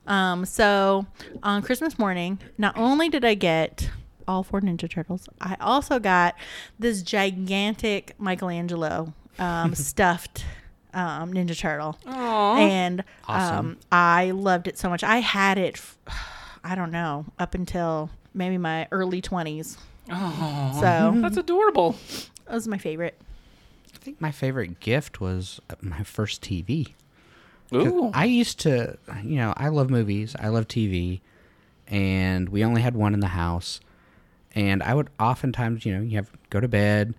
[SPEAKER 3] Um so on Christmas morning, not only did I get all four Ninja Turtles, I also got this gigantic Michelangelo um stuffed um, Ninja Turtle and um,
[SPEAKER 2] Awesome.
[SPEAKER 3] I loved it so much. I had it, f- I don't know, up until maybe my early twenties.
[SPEAKER 1] oh,
[SPEAKER 3] So
[SPEAKER 1] that's adorable.
[SPEAKER 3] that was my favorite.
[SPEAKER 2] I think my favorite gift was my first TV. 'Cause
[SPEAKER 1] Ooh,
[SPEAKER 2] I used to, you know, I love movies, I love TV, and we only had one in the house. And I would oftentimes, you know, you have go to bed,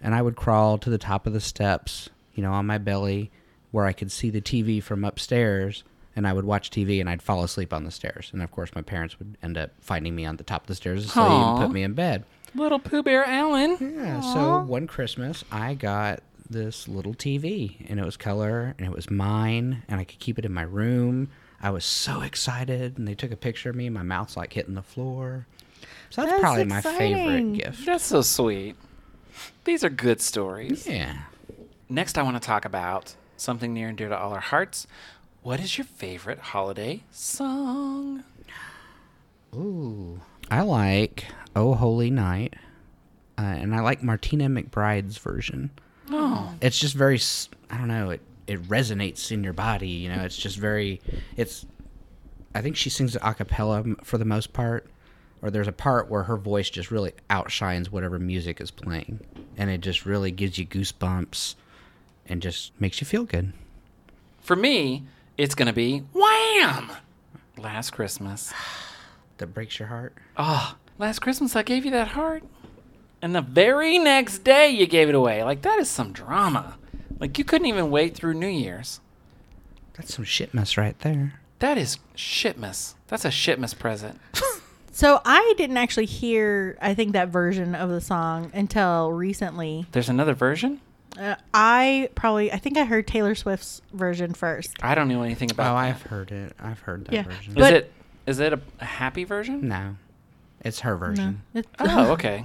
[SPEAKER 2] and I would crawl to the top of the steps, you know, on my belly, where I could see the TV from upstairs, and I would watch TV, and I'd fall asleep on the stairs. And of course, my parents would end up finding me on the top of the stairs asleep
[SPEAKER 1] Aw.
[SPEAKER 2] and put me in bed.
[SPEAKER 1] little Pooh Bear Allen.
[SPEAKER 2] Yeah. So one Christmas, I got this little TV, and it was color, and it was mine, and I could keep it in my room. I was so excited, and they took a picture of me. and My mouth's like hitting the floor. So that's,
[SPEAKER 3] That's
[SPEAKER 2] probably my
[SPEAKER 3] exciting.
[SPEAKER 2] favorite gift.
[SPEAKER 1] That's so sweet. These are good stories.
[SPEAKER 2] Yeah.
[SPEAKER 1] Next, I want to talk about something near and dear to all our hearts. What is your favorite holiday song?
[SPEAKER 2] Ooh. I like "Oh Holy Night," uh, and I like Martina McBride's version.
[SPEAKER 1] Oh,
[SPEAKER 2] it's just very s- i don't know it it resonates in your body you know it's just very it's i think she sings a cappella m- for the most part or there's a part where her voice just really outshines whatever music is playing and it just really gives you goosebumps and just makes you feel good
[SPEAKER 1] for me, it's gonna be Wham! Last Christmas.
[SPEAKER 2] that breaks your heart
[SPEAKER 1] Oh, last Christmas I gave you that heart, and the very next day you gave it away. Like that is some drama. Like you couldn't even wait through New Year's.
[SPEAKER 2] that's some shit mess right there
[SPEAKER 1] That is shitmas. That's a shitmas present.
[SPEAKER 3] So I didn't actually hear, I think that version of the song until recently.
[SPEAKER 1] There's another version.
[SPEAKER 3] Uh, I probably, I think I heard Taylor Swift's version first.
[SPEAKER 1] I don't know anything about.
[SPEAKER 2] oh
[SPEAKER 1] that.
[SPEAKER 2] i've heard it i've heard that
[SPEAKER 3] Yeah.
[SPEAKER 2] version
[SPEAKER 3] But-
[SPEAKER 1] is it is it a, a happy version?
[SPEAKER 2] no it's her version
[SPEAKER 3] It-
[SPEAKER 1] Oh, okay.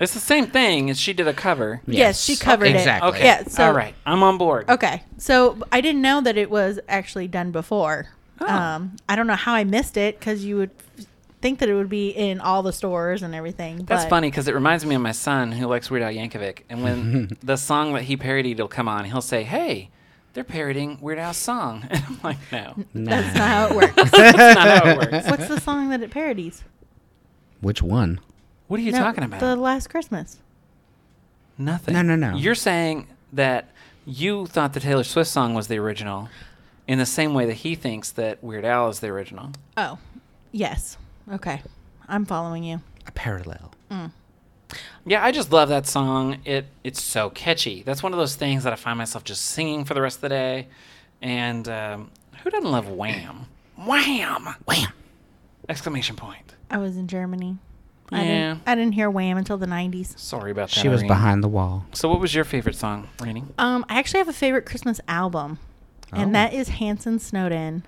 [SPEAKER 1] It's the same thing as she did a cover.
[SPEAKER 3] Yes, she covered it.
[SPEAKER 2] exactly.
[SPEAKER 1] Okay.
[SPEAKER 3] Yeah, so-
[SPEAKER 1] All right. I'm on board.
[SPEAKER 3] Okay, so I didn't know that it was actually done before.
[SPEAKER 1] Oh.
[SPEAKER 3] Um, I don't know how I missed it because you would think that it would be in all the stores and everything.
[SPEAKER 1] That's
[SPEAKER 3] but-
[SPEAKER 1] funny because it reminds me of my son who likes Weird Al Yankovic. And when the song that he parodied will come on, he'll say, Hey, they're parodying Weird Al's song. And I'm like, No,
[SPEAKER 3] That's not how it works.
[SPEAKER 1] that's not how it works.
[SPEAKER 3] What's the song that it parodies?
[SPEAKER 2] which one
[SPEAKER 1] What are you
[SPEAKER 3] No,
[SPEAKER 1] talking about?
[SPEAKER 3] The Last Christmas.
[SPEAKER 1] Nothing.
[SPEAKER 2] No, no, no.
[SPEAKER 1] You're saying that you thought the Taylor Swift song was the original, in the same way that he thinks that Weird Al is the original.
[SPEAKER 3] Oh, yes. Okay. I'm following you.
[SPEAKER 2] A parallel.
[SPEAKER 3] Mm.
[SPEAKER 1] Yeah, I just love that song. It it's so catchy. That's one of those things that I find myself just singing for the rest of the day. And um, who doesn't love Wham? Wham!
[SPEAKER 2] Wham!
[SPEAKER 1] Exclamation point.
[SPEAKER 3] I was in Germany. I,
[SPEAKER 1] Yeah.
[SPEAKER 3] didn't, I didn't hear Wham until the 90s.
[SPEAKER 1] Sorry about that.
[SPEAKER 2] She was
[SPEAKER 1] Irene.
[SPEAKER 2] behind the wall.
[SPEAKER 1] So, what was your favorite song, Rainy?
[SPEAKER 3] Um, I actually have a favorite Christmas album,
[SPEAKER 2] Oh.
[SPEAKER 3] and that is Hanson Snowden.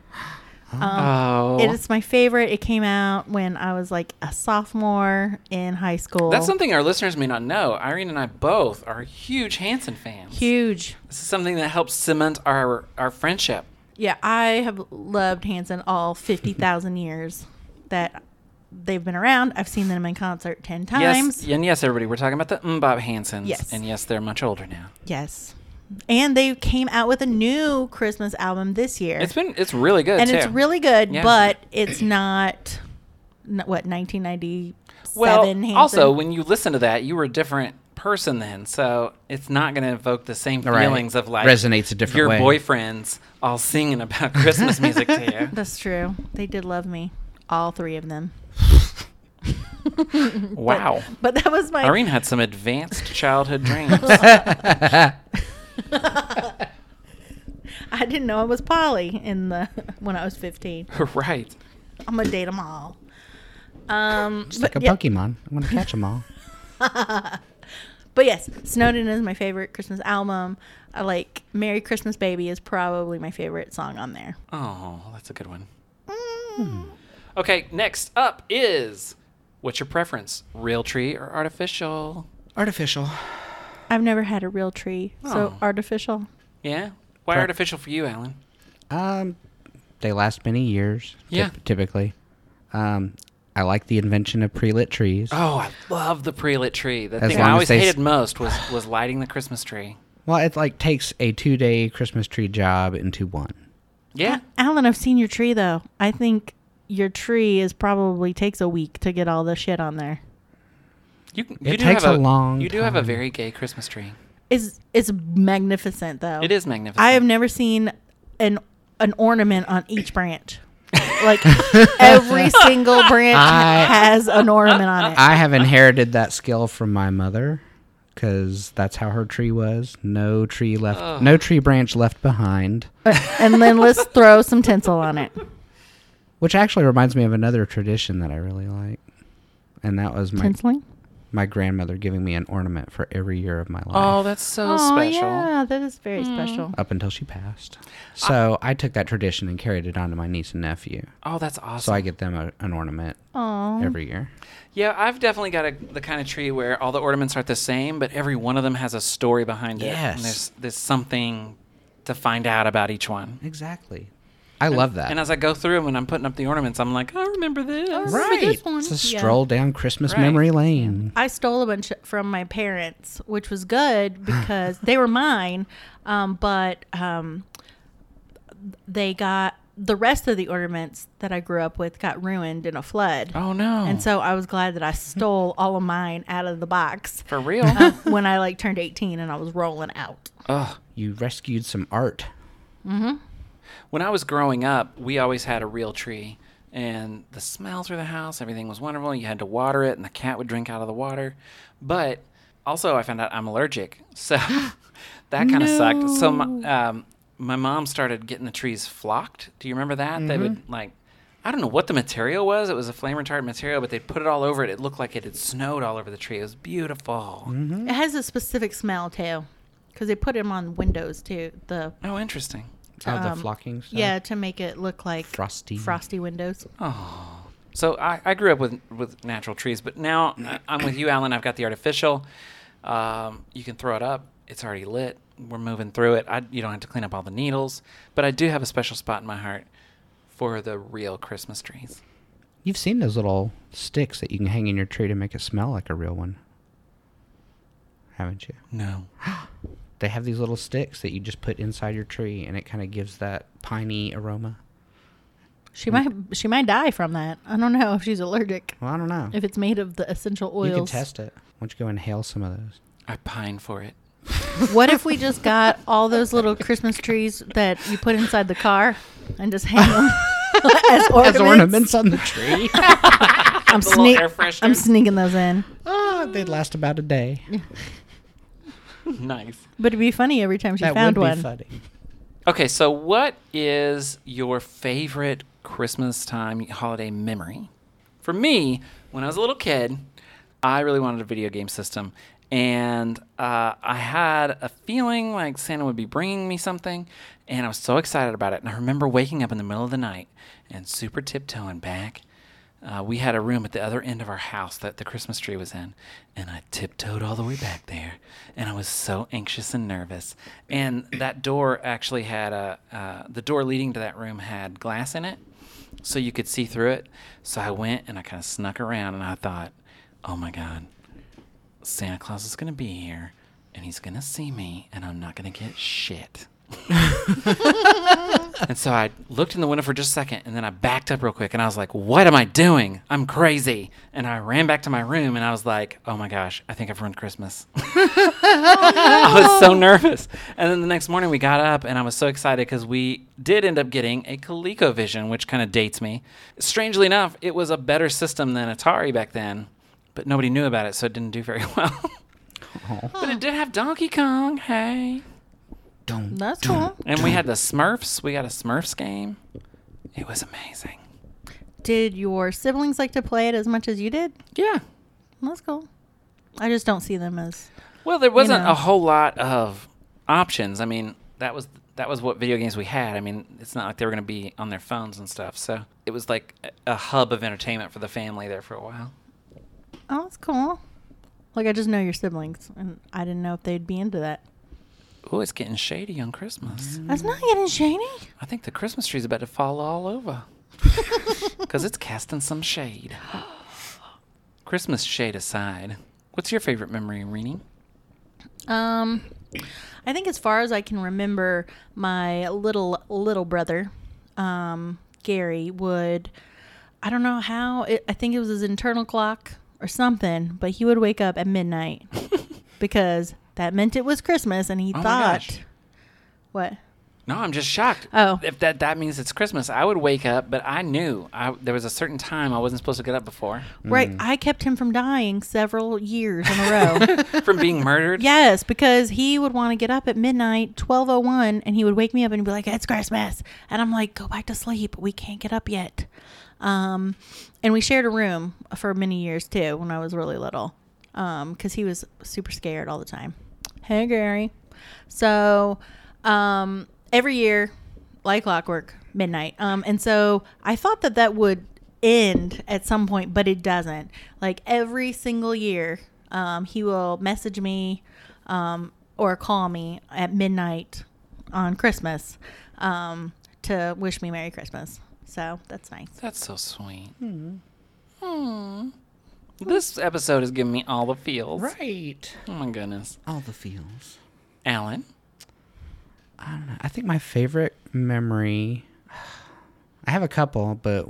[SPEAKER 3] Um,
[SPEAKER 1] oh,
[SPEAKER 3] it is my favorite. It came out when I was like a sophomore in high school.
[SPEAKER 1] that's something our listeners may not know. Irene and I both are huge Hanson fans.
[SPEAKER 3] huge.
[SPEAKER 1] This is something that helps cement our our friendship.
[SPEAKER 3] Yeah, I have loved Hanson all 50,000 years that they've been around. I've seen them in concert 10 times.
[SPEAKER 1] Yes, and yes, everybody, we're talking about the Mm Bob Hansons.
[SPEAKER 3] Yes.
[SPEAKER 1] and yes, they're much older now.
[SPEAKER 3] Yes. And they came out with a new Christmas album this year.
[SPEAKER 1] It's been it's really good
[SPEAKER 3] and
[SPEAKER 1] too.
[SPEAKER 3] it's really good,
[SPEAKER 1] Yeah.
[SPEAKER 3] but it's not n- what 1997
[SPEAKER 1] well.
[SPEAKER 3] Hanson?
[SPEAKER 1] Also, when you listen to that, you were a different person then, so it's not going to evoke the same
[SPEAKER 2] Right.
[SPEAKER 1] feelings of like
[SPEAKER 2] Resonates a different
[SPEAKER 1] your
[SPEAKER 2] way.
[SPEAKER 1] boyfriends all singing about Christmas music to you.
[SPEAKER 3] That's true. They did love me, all three of them.
[SPEAKER 1] Wow.
[SPEAKER 3] But that was my
[SPEAKER 1] Irene had some advanced childhood dreams.
[SPEAKER 3] I didn't know I was Polly in the when I was 15.
[SPEAKER 1] right.
[SPEAKER 3] I'm gonna date them all. Um,
[SPEAKER 2] It's
[SPEAKER 3] but,
[SPEAKER 2] like a
[SPEAKER 3] yeah,
[SPEAKER 2] Pokemon. I'm gonna catch them all.
[SPEAKER 3] but yes, Snowden is my favorite Christmas album. I like "Merry Christmas, Baby" is probably my favorite song on there.
[SPEAKER 1] Oh, that's a good one. Okay, next up is what's your preference? Real tree or artificial?
[SPEAKER 2] Artificial.
[SPEAKER 3] I've never had a real tree, so
[SPEAKER 1] Oh.
[SPEAKER 3] artificial.
[SPEAKER 1] Yeah. Why
[SPEAKER 2] Pre-
[SPEAKER 1] artificial for you, Alan?
[SPEAKER 2] Um, they last many years. typ-
[SPEAKER 1] Yeah.
[SPEAKER 2] typically. Um, I like the invention of pre-lit trees.
[SPEAKER 1] Oh, I love the pre-lit tree. The
[SPEAKER 2] As
[SPEAKER 1] thing
[SPEAKER 2] long
[SPEAKER 1] I
[SPEAKER 2] as
[SPEAKER 1] always
[SPEAKER 2] they s-
[SPEAKER 1] hated most was was lighting the Christmas tree.
[SPEAKER 2] Well, it like takes a two-day Christmas tree job into one.
[SPEAKER 1] Yeah.
[SPEAKER 3] Alan, I've seen your tree though. I think your tree is probably takes a week to get all the shit on there.
[SPEAKER 1] You, can-
[SPEAKER 2] It
[SPEAKER 1] you do
[SPEAKER 2] takes
[SPEAKER 1] have
[SPEAKER 2] a long
[SPEAKER 1] You do have a
[SPEAKER 2] time.
[SPEAKER 1] very gay Christmas tree.
[SPEAKER 3] It's it's magnificent though.
[SPEAKER 1] It is magnificent.
[SPEAKER 3] I have never seen an an ornament on each branch. like every single branch
[SPEAKER 2] I-
[SPEAKER 3] has an ornament on it.
[SPEAKER 2] I have inherited that skill from my mother because that's how her tree was. No tree left, no tree branch left behind.
[SPEAKER 3] and then let's throw some tinsel on it.
[SPEAKER 2] Which actually reminds me of another tradition that I really like, and that was my
[SPEAKER 3] Tinseling?
[SPEAKER 2] my grandmother giving me an ornament for every year of my life.
[SPEAKER 1] Oh, that's so
[SPEAKER 3] Oh,
[SPEAKER 1] special.
[SPEAKER 3] yeah, that is very special.
[SPEAKER 2] Up until she passed. So I took that tradition and carried it on to my niece and nephew.
[SPEAKER 1] Oh, that's awesome.
[SPEAKER 2] So I get them a, an ornament
[SPEAKER 3] Oh,
[SPEAKER 2] every year.
[SPEAKER 1] Yeah, I've definitely got a, the kind of tree where all the ornaments aren't the same, but every one of them has a story behind it.
[SPEAKER 2] Yes.
[SPEAKER 1] And there's, there's something to find out about each one.
[SPEAKER 2] Exactly. I love that.
[SPEAKER 1] And as I go through them and I'm putting up the ornaments, I'm like, I remember this.
[SPEAKER 3] Right. remember this one.
[SPEAKER 2] It's a
[SPEAKER 3] Yeah.
[SPEAKER 2] stroll down Christmas
[SPEAKER 1] Right.
[SPEAKER 2] memory lane.
[SPEAKER 3] I stole a bunch from my parents, which was good because they were mine. Um, but um, they got the rest of the ornaments that I grew up with got ruined in a flood.
[SPEAKER 1] Oh, no.
[SPEAKER 3] And so I was glad that I stole all of mine out of the box
[SPEAKER 1] For real?
[SPEAKER 3] um, when I like turned 18 and I was rolling out.
[SPEAKER 1] Ugh.
[SPEAKER 2] You rescued some art.
[SPEAKER 1] When I was growing up, we always had a real tree, and the smell through the house, everything was wonderful. You had to water it, and the cat would drink out of the water. But also, I found out I'm allergic, so that kind of sucked. So my, um, my mom started getting the trees flocked. Do you remember that? They would like. I don't know what the material was. It was a flame retardant material, but they put it all over it. It looked like it had snowed all over the tree. It was beautiful.
[SPEAKER 3] It has a specific smell too because they put them on windows too. The
[SPEAKER 1] Oh, interesting.
[SPEAKER 2] Of the
[SPEAKER 3] Um,
[SPEAKER 2] flocking stuff.
[SPEAKER 3] yeah to make it look like
[SPEAKER 2] Frosty.
[SPEAKER 3] frosty windows.
[SPEAKER 1] So I, I grew up with with natural trees, but now I- I'm with you, Alan. I've got the artificial. Um, you can throw it up; it's already lit. We're moving through it. I, you don't have to clean up all the needles, but I do have a special spot in my heart for the real Christmas trees.
[SPEAKER 2] You've seen those little sticks that you can hang in your tree to make it smell like a real one. Haven't you?
[SPEAKER 1] No,
[SPEAKER 2] They have these little sticks that you just put inside your tree and it kind of gives that piney aroma.
[SPEAKER 3] She might she might die from that. I don't know if she's allergic.
[SPEAKER 2] Well, I don't know.
[SPEAKER 3] If it's made of the essential oils.
[SPEAKER 2] You can test it. Why don't you go inhale some of those?
[SPEAKER 1] I pine for it.
[SPEAKER 3] What if we just got all those little Christmas trees that you put inside the car and just hang them as ornaments?
[SPEAKER 2] As ornaments on the tree.
[SPEAKER 3] I'm,
[SPEAKER 1] The little
[SPEAKER 3] sneak-
[SPEAKER 1] air fresheners.
[SPEAKER 3] I'm sneaking those in.
[SPEAKER 2] Ah, they'd last about a day.
[SPEAKER 1] nice.
[SPEAKER 3] But it'd be funny every time she
[SPEAKER 2] that would
[SPEAKER 3] found
[SPEAKER 2] be
[SPEAKER 3] one.
[SPEAKER 2] funny.
[SPEAKER 1] Okay, so what is your favorite Christmas time holiday memory? For me, when I was a little kid, I really wanted a video game system, and uh, I had a feeling like Santa would be bringing me something, and I was so excited about it. And I remember waking up in the middle of the night and super tiptoeing back. Uh, we had a room at the other end of our house that the Christmas tree was in, and I tiptoed all the way back there, and I was so anxious and nervous. And that door actually had a uh, the door leading to that room had glass in it, so you could see through it. So I went and I kind of snuck around, and I thought, "Oh my God, Santa Claus is gonna be here, and he's gonna see me, and I'm not gonna get shit." And so I looked in the window for just a second, and then I backed up real quick, and I was like, "What am I doing? I'm crazy!" And I ran back to my room, and I was like, "Oh my gosh, I think I've ruined Christmas." I was so nervous. And then the next morning, we got up, and I was so excited because we did end up getting a ColecoVision, which kind of dates me. Strangely enough, it was a better system than Atari back then, but nobody knew about it, so it didn't do very well. but it did have Donkey Kong. Hey.
[SPEAKER 2] Don't.
[SPEAKER 3] That's cool.
[SPEAKER 1] And we had the Smurfs. We got a Smurfs game. It was amazing.
[SPEAKER 3] Did your siblings like to play it as much as you did?
[SPEAKER 1] Yeah.
[SPEAKER 3] That's cool. I just don't see them as
[SPEAKER 1] Well, there wasn't
[SPEAKER 3] know.
[SPEAKER 1] a whole lot of options. I mean, that was that was what video games we had. I mean, it's not like they were going to be on their phones and stuff. So it was like a, a hub of entertainment for the family there for a while.
[SPEAKER 3] oh, that's cool. Like I just know your siblings, and I didn't know if they'd be into that.
[SPEAKER 1] Oh, it's getting shady on Christmas.
[SPEAKER 3] That's not getting shady.
[SPEAKER 1] I think the Christmas tree's about to fall all over because it's casting some shade. Christmas shade aside, what's your favorite memory, Rini?
[SPEAKER 3] Um, I think as far as I can remember, my little little brother, um, Gary would. I don't know how. It, I think it was his internal clock or something, but he would wake up at midnight because that meant it was Christmas, and he
[SPEAKER 1] Oh my
[SPEAKER 3] thought,
[SPEAKER 1] gosh.
[SPEAKER 3] what?
[SPEAKER 1] No, I'm just shocked.
[SPEAKER 3] Oh.
[SPEAKER 1] if that that means it's Christmas, I would wake up, but I knew I, there was a certain time I wasn't supposed to get up before
[SPEAKER 3] Right. I kept him from dying several years in a row.
[SPEAKER 1] from being murdered.
[SPEAKER 3] yes, because he would want to get up at midnight, 1201, and he would wake me up and be like, it's Christmas. And I'm like, go back to sleep. We can't get up yet. Um, and we shared a room for many years too when I was really little because he was super scared all the time. Hey, Gary. So um, every year, like clockwork, midnight. Um, and so I thought that that would end at some point, but it doesn't. Like every single year, um, he will message me um, or call me at midnight on Christmas um, to wish me Merry Christmas. So that's nice.
[SPEAKER 1] That's so sweet. Hmm. This episode is giving me all the feels.
[SPEAKER 2] Right.
[SPEAKER 1] Oh my goodness,
[SPEAKER 2] All the feels.
[SPEAKER 1] Alan.
[SPEAKER 2] I don't know. I think my favorite memory. I have a couple, but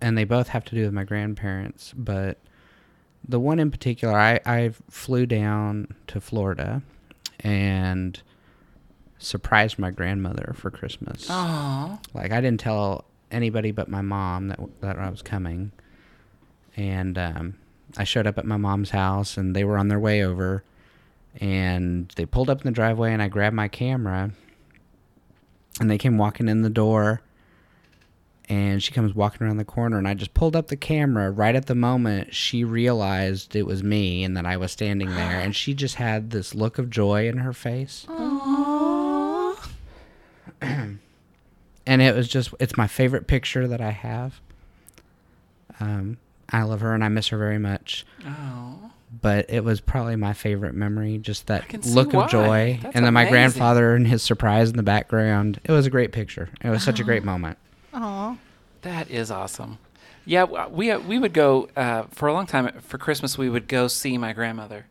[SPEAKER 2] and they both have to do with my grandparents. But the one in particular, I I flew down to Florida, and surprised my grandmother for Christmas.
[SPEAKER 1] Oh,
[SPEAKER 2] Like I didn't tell anybody but my mom that that I was coming, and um, I showed up at my mom's house, and they were on their way over, and they pulled up in the driveway, and I grabbed my camera, and they came walking in the door, and she comes walking around the corner, and I just pulled up the camera right at the moment she realized it was me and that I was standing there, and she just had this look of joy in her face. and it was just it's my favorite picture that I have. Um, I love her and I miss her very much,
[SPEAKER 1] oh,
[SPEAKER 2] but it was probably my favorite memory, just that
[SPEAKER 1] can see
[SPEAKER 2] look
[SPEAKER 1] why.
[SPEAKER 2] of joy,
[SPEAKER 1] That's
[SPEAKER 2] and then my
[SPEAKER 1] amazing.
[SPEAKER 2] grandfather and his surprise in the background. It was a great picture. It was such a
[SPEAKER 1] Ah.
[SPEAKER 2] great moment.
[SPEAKER 3] Aw.
[SPEAKER 1] that is awesome. Yeah, w- we uh, we would go uh, for a long time for Christmas. We would go see my grandmother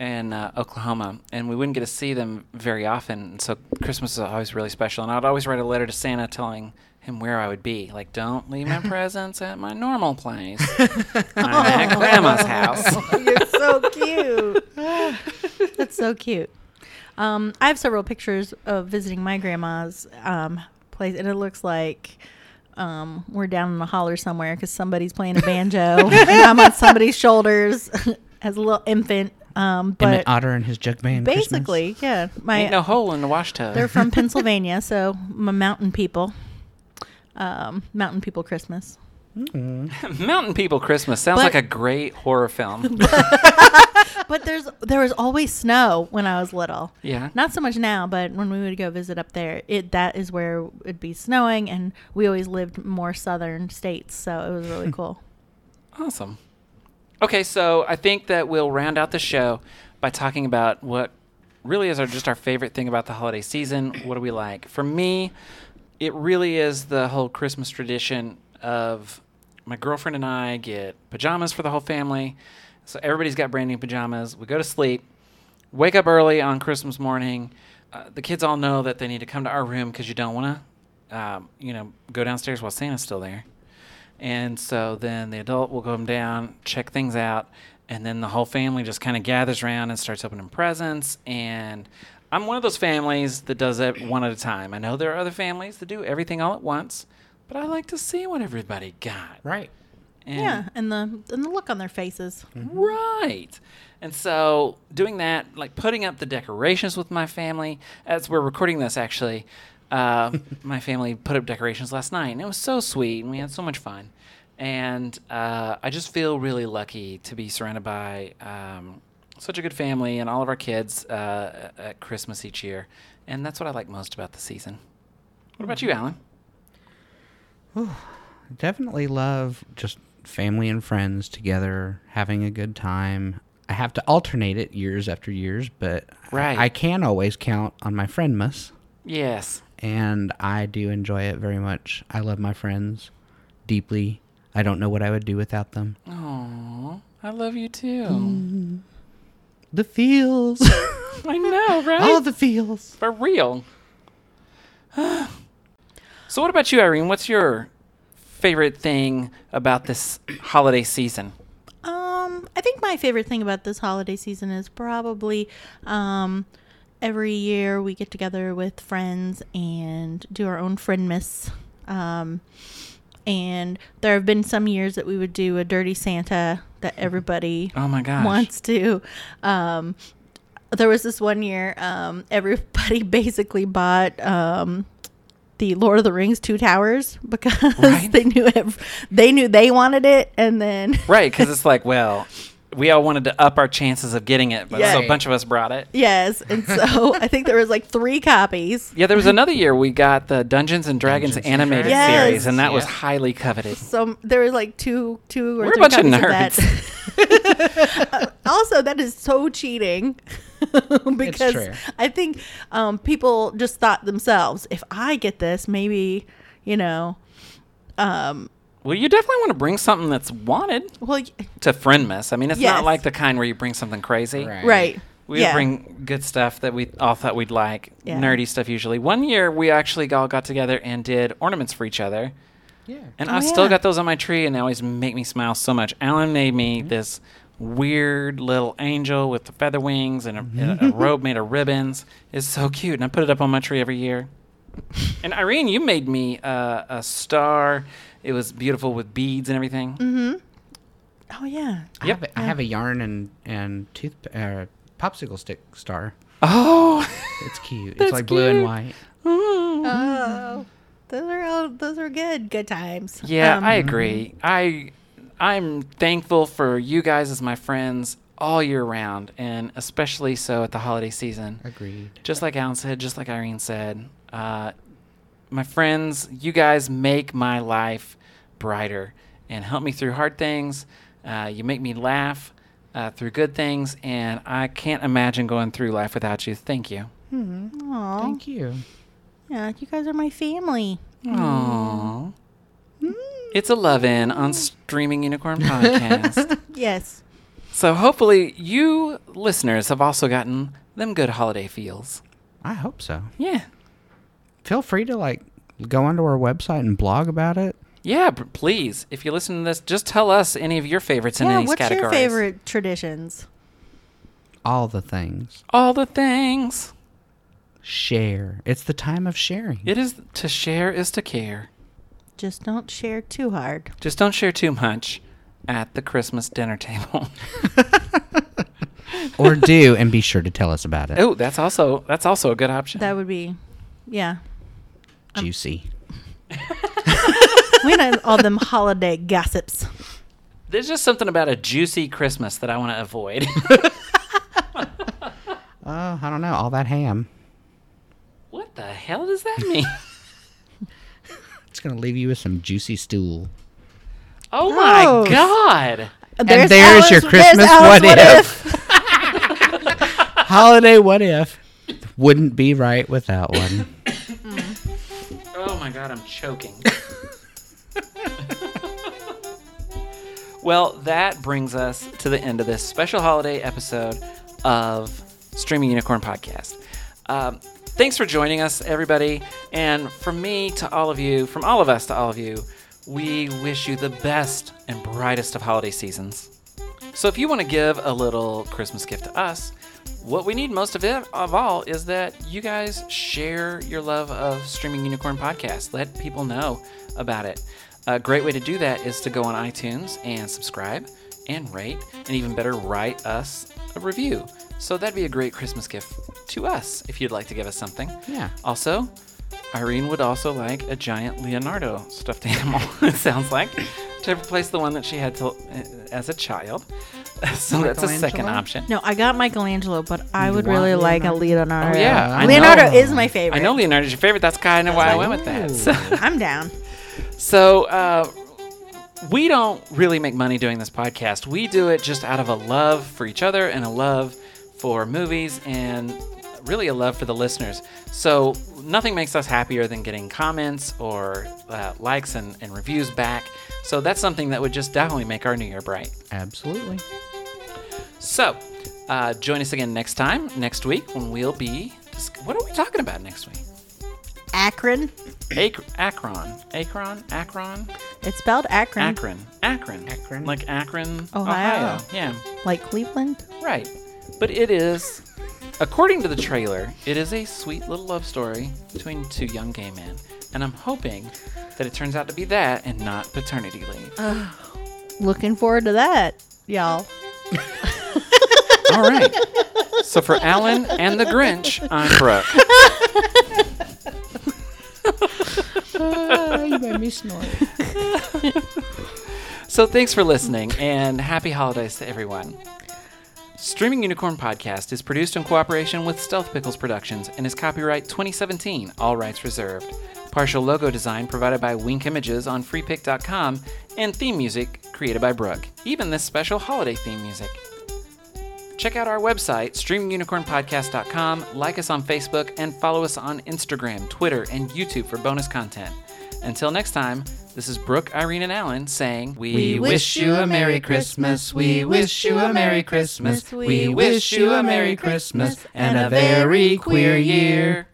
[SPEAKER 1] in uh, Oklahoma, and we wouldn't get to see them very often. and So Christmas is always really special, and I'd always write a letter to Santa telling him where I would be. Like, don't leave my presents at my normal place. I'm
[SPEAKER 3] Oh.
[SPEAKER 1] at grandma's house.
[SPEAKER 3] You're so cute. That's so cute. Um, I have several pictures of visiting my grandma's um, place, and it looks like um, we're down in the holler somewhere because somebody's playing a banjo, and I'm on somebody's shoulders as a little infant. Um,
[SPEAKER 2] Emmett
[SPEAKER 3] but
[SPEAKER 2] Otter and his jug band. Christmas.
[SPEAKER 3] basically, yeah, my
[SPEAKER 1] Ain't no hole in the washtub.
[SPEAKER 3] they're from Pennsylvania, so my mountain people, um, mountain people Christmas.
[SPEAKER 2] Mm-hmm.
[SPEAKER 1] Mountain People Christmas sounds like
[SPEAKER 3] But-
[SPEAKER 1] a great horror film.
[SPEAKER 3] But there's there was always snow when I was little.
[SPEAKER 1] yeah.
[SPEAKER 3] Not so much now, but when we would go visit up there, it that is where it'd be snowing, and we always lived more southern states, so it was really cool.
[SPEAKER 1] Awesome. Okay, so I think that we'll round out the show by talking about what really is our just our favorite thing about the holiday season. What do we like? For me, it really is the whole Christmas tradition of my girlfriend and I get pajamas for the whole family. So everybody's got brand new pajamas. We go to sleep, wake up early on Christmas morning. Uh, the kids all know that they need to come to our room because you don't want to, um, you know, go downstairs while Santa's still there. And so then the adult will come down, check things out, and then the whole family just kind of gathers around and starts opening presents. And I'm one of those families that does it one at a time. I know there are other families that do everything all at once, but I like to see what everybody got.
[SPEAKER 2] Right.
[SPEAKER 1] And
[SPEAKER 3] Yeah, and the and the look on their faces.
[SPEAKER 1] Right. And so doing that, like putting up the decorations with my family, as we're recording this, actually, uh, my family put up decorations last night, and it was so sweet, and we had so much fun. And uh, I just feel really lucky to be surrounded by um, such a good family and all of our kids uh, at Christmas each year. And that's what I like most about the season. What about
[SPEAKER 2] Mm-hmm.
[SPEAKER 1] you, Alan?
[SPEAKER 2] Definitely love just family and friends together, having a good time. I have to alternate it years after years, but I-
[SPEAKER 1] Right.
[SPEAKER 2] I can always count on my friendmas,
[SPEAKER 1] Yes.
[SPEAKER 2] and I do enjoy it very much. I love my friends deeply. I don't know what I would do without them.
[SPEAKER 1] Oh, I love you too.
[SPEAKER 2] Mm. The feels,
[SPEAKER 1] I know, right?
[SPEAKER 2] all the feels.
[SPEAKER 1] For real. so, what about you, Irene? What's your favorite thing about this holiday season?
[SPEAKER 3] Um, I think my favorite thing about this holiday season is probably um, every year we get together with friends and do our own friendmas. Um, and there have been some years that we would do a dirty Santa that everybody
[SPEAKER 1] Oh my gosh.
[SPEAKER 3] wants to. Um, there was this one year, um, everybody basically bought um, the Lord of the Rings Two Towers because
[SPEAKER 1] Right.
[SPEAKER 3] they knew ev- they knew they wanted it, and then
[SPEAKER 1] Right, because it's like, well, we all wanted to up our chances of getting it, but so a
[SPEAKER 3] Yeah.
[SPEAKER 1] bunch of us brought it.
[SPEAKER 3] yes, and so I think there was like three copies.
[SPEAKER 1] Yeah, there was another year we got the Dungeons and Dragons
[SPEAKER 2] Dungeons and
[SPEAKER 1] animated
[SPEAKER 3] Dragons. Yes.
[SPEAKER 1] series, and that was
[SPEAKER 2] Yeah.
[SPEAKER 1] highly coveted.
[SPEAKER 3] So there was like two, two or
[SPEAKER 1] We're a
[SPEAKER 3] three
[SPEAKER 1] bunch of
[SPEAKER 3] copies
[SPEAKER 1] nerds.
[SPEAKER 3] that. also, that is so cheating because
[SPEAKER 2] true.
[SPEAKER 3] I think um, people just thought themselves, if I get this, maybe you know, um,
[SPEAKER 1] Well, you definitely want to bring something that's wanted
[SPEAKER 3] well, y-
[SPEAKER 1] to Friendmas. I mean, it's not
[SPEAKER 3] Yes.
[SPEAKER 1] like the kind where you bring something crazy.
[SPEAKER 2] Right.
[SPEAKER 3] right,
[SPEAKER 1] We would bring good stuff that we all thought we'd like,
[SPEAKER 3] Yeah.
[SPEAKER 1] nerdy stuff usually. One year we actually all got together and did ornaments for each other.
[SPEAKER 2] Yeah.
[SPEAKER 1] And
[SPEAKER 3] Oh,
[SPEAKER 1] I've still
[SPEAKER 3] yeah.
[SPEAKER 1] got those on my tree and they always make me smile so much. Alan made me
[SPEAKER 3] Mm-hmm.
[SPEAKER 1] this weird little angel with the feather wings and a,
[SPEAKER 3] Mm-hmm.
[SPEAKER 1] and a robe made of ribbons. It's so cute. And I put it up on my tree every year. And Irene, you made me uh, a star. It was beautiful with beads and everything.
[SPEAKER 3] Mm-hmm. Oh yeah,
[SPEAKER 2] I,
[SPEAKER 1] Yep.
[SPEAKER 2] have, a- I have a yarn and and tooth uh, popsicle stick star.
[SPEAKER 1] Oh, Mm.
[SPEAKER 2] It's cute.
[SPEAKER 1] That's
[SPEAKER 2] it's like blue and
[SPEAKER 1] cute.
[SPEAKER 2] white.
[SPEAKER 3] oh, those are all those are good, good times.
[SPEAKER 1] Yeah,
[SPEAKER 3] Um,
[SPEAKER 1] I agree. I I'm thankful for you guys as my friends all year round, and especially so at the holiday season.
[SPEAKER 2] Agreed.
[SPEAKER 1] Just like Alan said, just like Irene said, uh, my friends, you guys make my life brighter and help me through hard things. Uh, you make me laugh uh, through good things, and I can't imagine going through life without you. Thank you.
[SPEAKER 3] Aw,
[SPEAKER 2] Thank you.
[SPEAKER 3] yeah, you guys are my family.
[SPEAKER 1] Aww. It's a love in on Streaming Unicorn Podcast.
[SPEAKER 3] Yes.
[SPEAKER 1] So hopefully you listeners have also gotten them good holiday feels.
[SPEAKER 2] I hope so.
[SPEAKER 1] Yeah.
[SPEAKER 2] Feel free to like go onto our website and blog about it.
[SPEAKER 1] Yeah, p- please. If you listen to this, just tell us any of your favorites in
[SPEAKER 3] yeah.
[SPEAKER 1] these
[SPEAKER 3] What's
[SPEAKER 1] categories.
[SPEAKER 3] your favorite traditions?
[SPEAKER 2] all the things.
[SPEAKER 1] All the things.
[SPEAKER 2] Share. It's the time of sharing.
[SPEAKER 1] It is to share is to care.
[SPEAKER 3] Just don't share too hard.
[SPEAKER 1] Just don't share too much at the Christmas dinner table.
[SPEAKER 2] or do, and be sure to tell us about it.
[SPEAKER 1] oh, that's also that's also a good option.
[SPEAKER 3] That would be, yeah.
[SPEAKER 2] Juicy.
[SPEAKER 3] We know all them holiday gossips.
[SPEAKER 1] There's just something about a juicy Christmas that I want to avoid.
[SPEAKER 2] Oh, I don't know. All that ham.
[SPEAKER 1] what the hell does that mean?
[SPEAKER 2] It's going to leave you with some juicy stool.
[SPEAKER 1] Oh my
[SPEAKER 3] Gross.
[SPEAKER 1] god.
[SPEAKER 3] There's
[SPEAKER 2] there's your
[SPEAKER 3] Alice-
[SPEAKER 2] Christmas
[SPEAKER 3] Alice
[SPEAKER 2] what if. Holiday what if? Wouldn't be right without one.
[SPEAKER 1] Oh my god, I'm choking. well, that brings us to the end of this special holiday episode of Streaming Unicorn Podcast. Um, thanks for joining us, everybody. And from me to all of you, from all of us to all of you, we wish you the best and brightest of holiday seasons. So if you want to give a little Christmas gift to us, what we need most of it of all is that you guys share your love of streaming unicorn podcast. Let people know about it. A great way to do that is to go on iTunes and subscribe and rate, and even better, write us a review. So that'd be a great Christmas gift to us if you'd like to give us something.
[SPEAKER 2] Yeah.
[SPEAKER 1] Also, Irene would also like a giant Leonardo stuffed animal, it sounds like, to replace the one that she had to, uh, as a child. So that's a second
[SPEAKER 2] Michelangelo?
[SPEAKER 1] option.
[SPEAKER 3] No, I got Michelangelo, but I would
[SPEAKER 2] want
[SPEAKER 3] really like a Leonardo.
[SPEAKER 1] Oh, yeah, I
[SPEAKER 3] Leonardo
[SPEAKER 1] know.
[SPEAKER 3] is my favorite.
[SPEAKER 1] I know Leonardo's your favorite. That's kind of why I went with that. So,
[SPEAKER 3] I'm down.
[SPEAKER 1] so uh, we don't really make money doing this podcast. We do it just out of a love for each other and a love for movies and really a love for the listeners. So nothing makes us happier than getting comments or uh, likes and, and reviews back. So that's something that would just definitely make our new year bright.
[SPEAKER 2] Absolutely.
[SPEAKER 1] So uh, join us again next time, next week, when we'll be. dis- What are we talking about next week?
[SPEAKER 3] Akron.
[SPEAKER 1] Ac- Akron. Akron? Akron?
[SPEAKER 3] It's spelled Akron,
[SPEAKER 1] Akron. Akron.
[SPEAKER 2] Akron.
[SPEAKER 1] Like Akron,
[SPEAKER 3] Ohio.
[SPEAKER 1] Ohio. Yeah,
[SPEAKER 3] like Cleveland.
[SPEAKER 1] right. But it is, according to the trailer, it is a sweet little love story between two young gay men. And I'm hoping that it turns out to be that and not paternity leave.
[SPEAKER 2] Uh.
[SPEAKER 3] Looking forward to that, y'all.
[SPEAKER 1] All right. So for Alan and the Grinch, I'm Brooke.
[SPEAKER 2] Ah, you made me snort.
[SPEAKER 1] So thanks for listening and happy holidays to everyone. Streaming Unicorn Podcast is produced in cooperation with Stealth Pickles Productions and is copyright 2017, all rights reserved. Partial logo design provided by Wink Images on freepick.com and theme music created by Brooke, even this special holiday theme music. Check out our website, streamingunicornpodcast.com, like us on Facebook, and follow us on Instagram, Twitter, and YouTube for bonus content. Until next time, this is Brooke, Irene, and Alan saying, We,
[SPEAKER 3] wish you a Merry Christmas. We wish you a Merry Christmas. We wish you a Merry Christmas and a very queer year."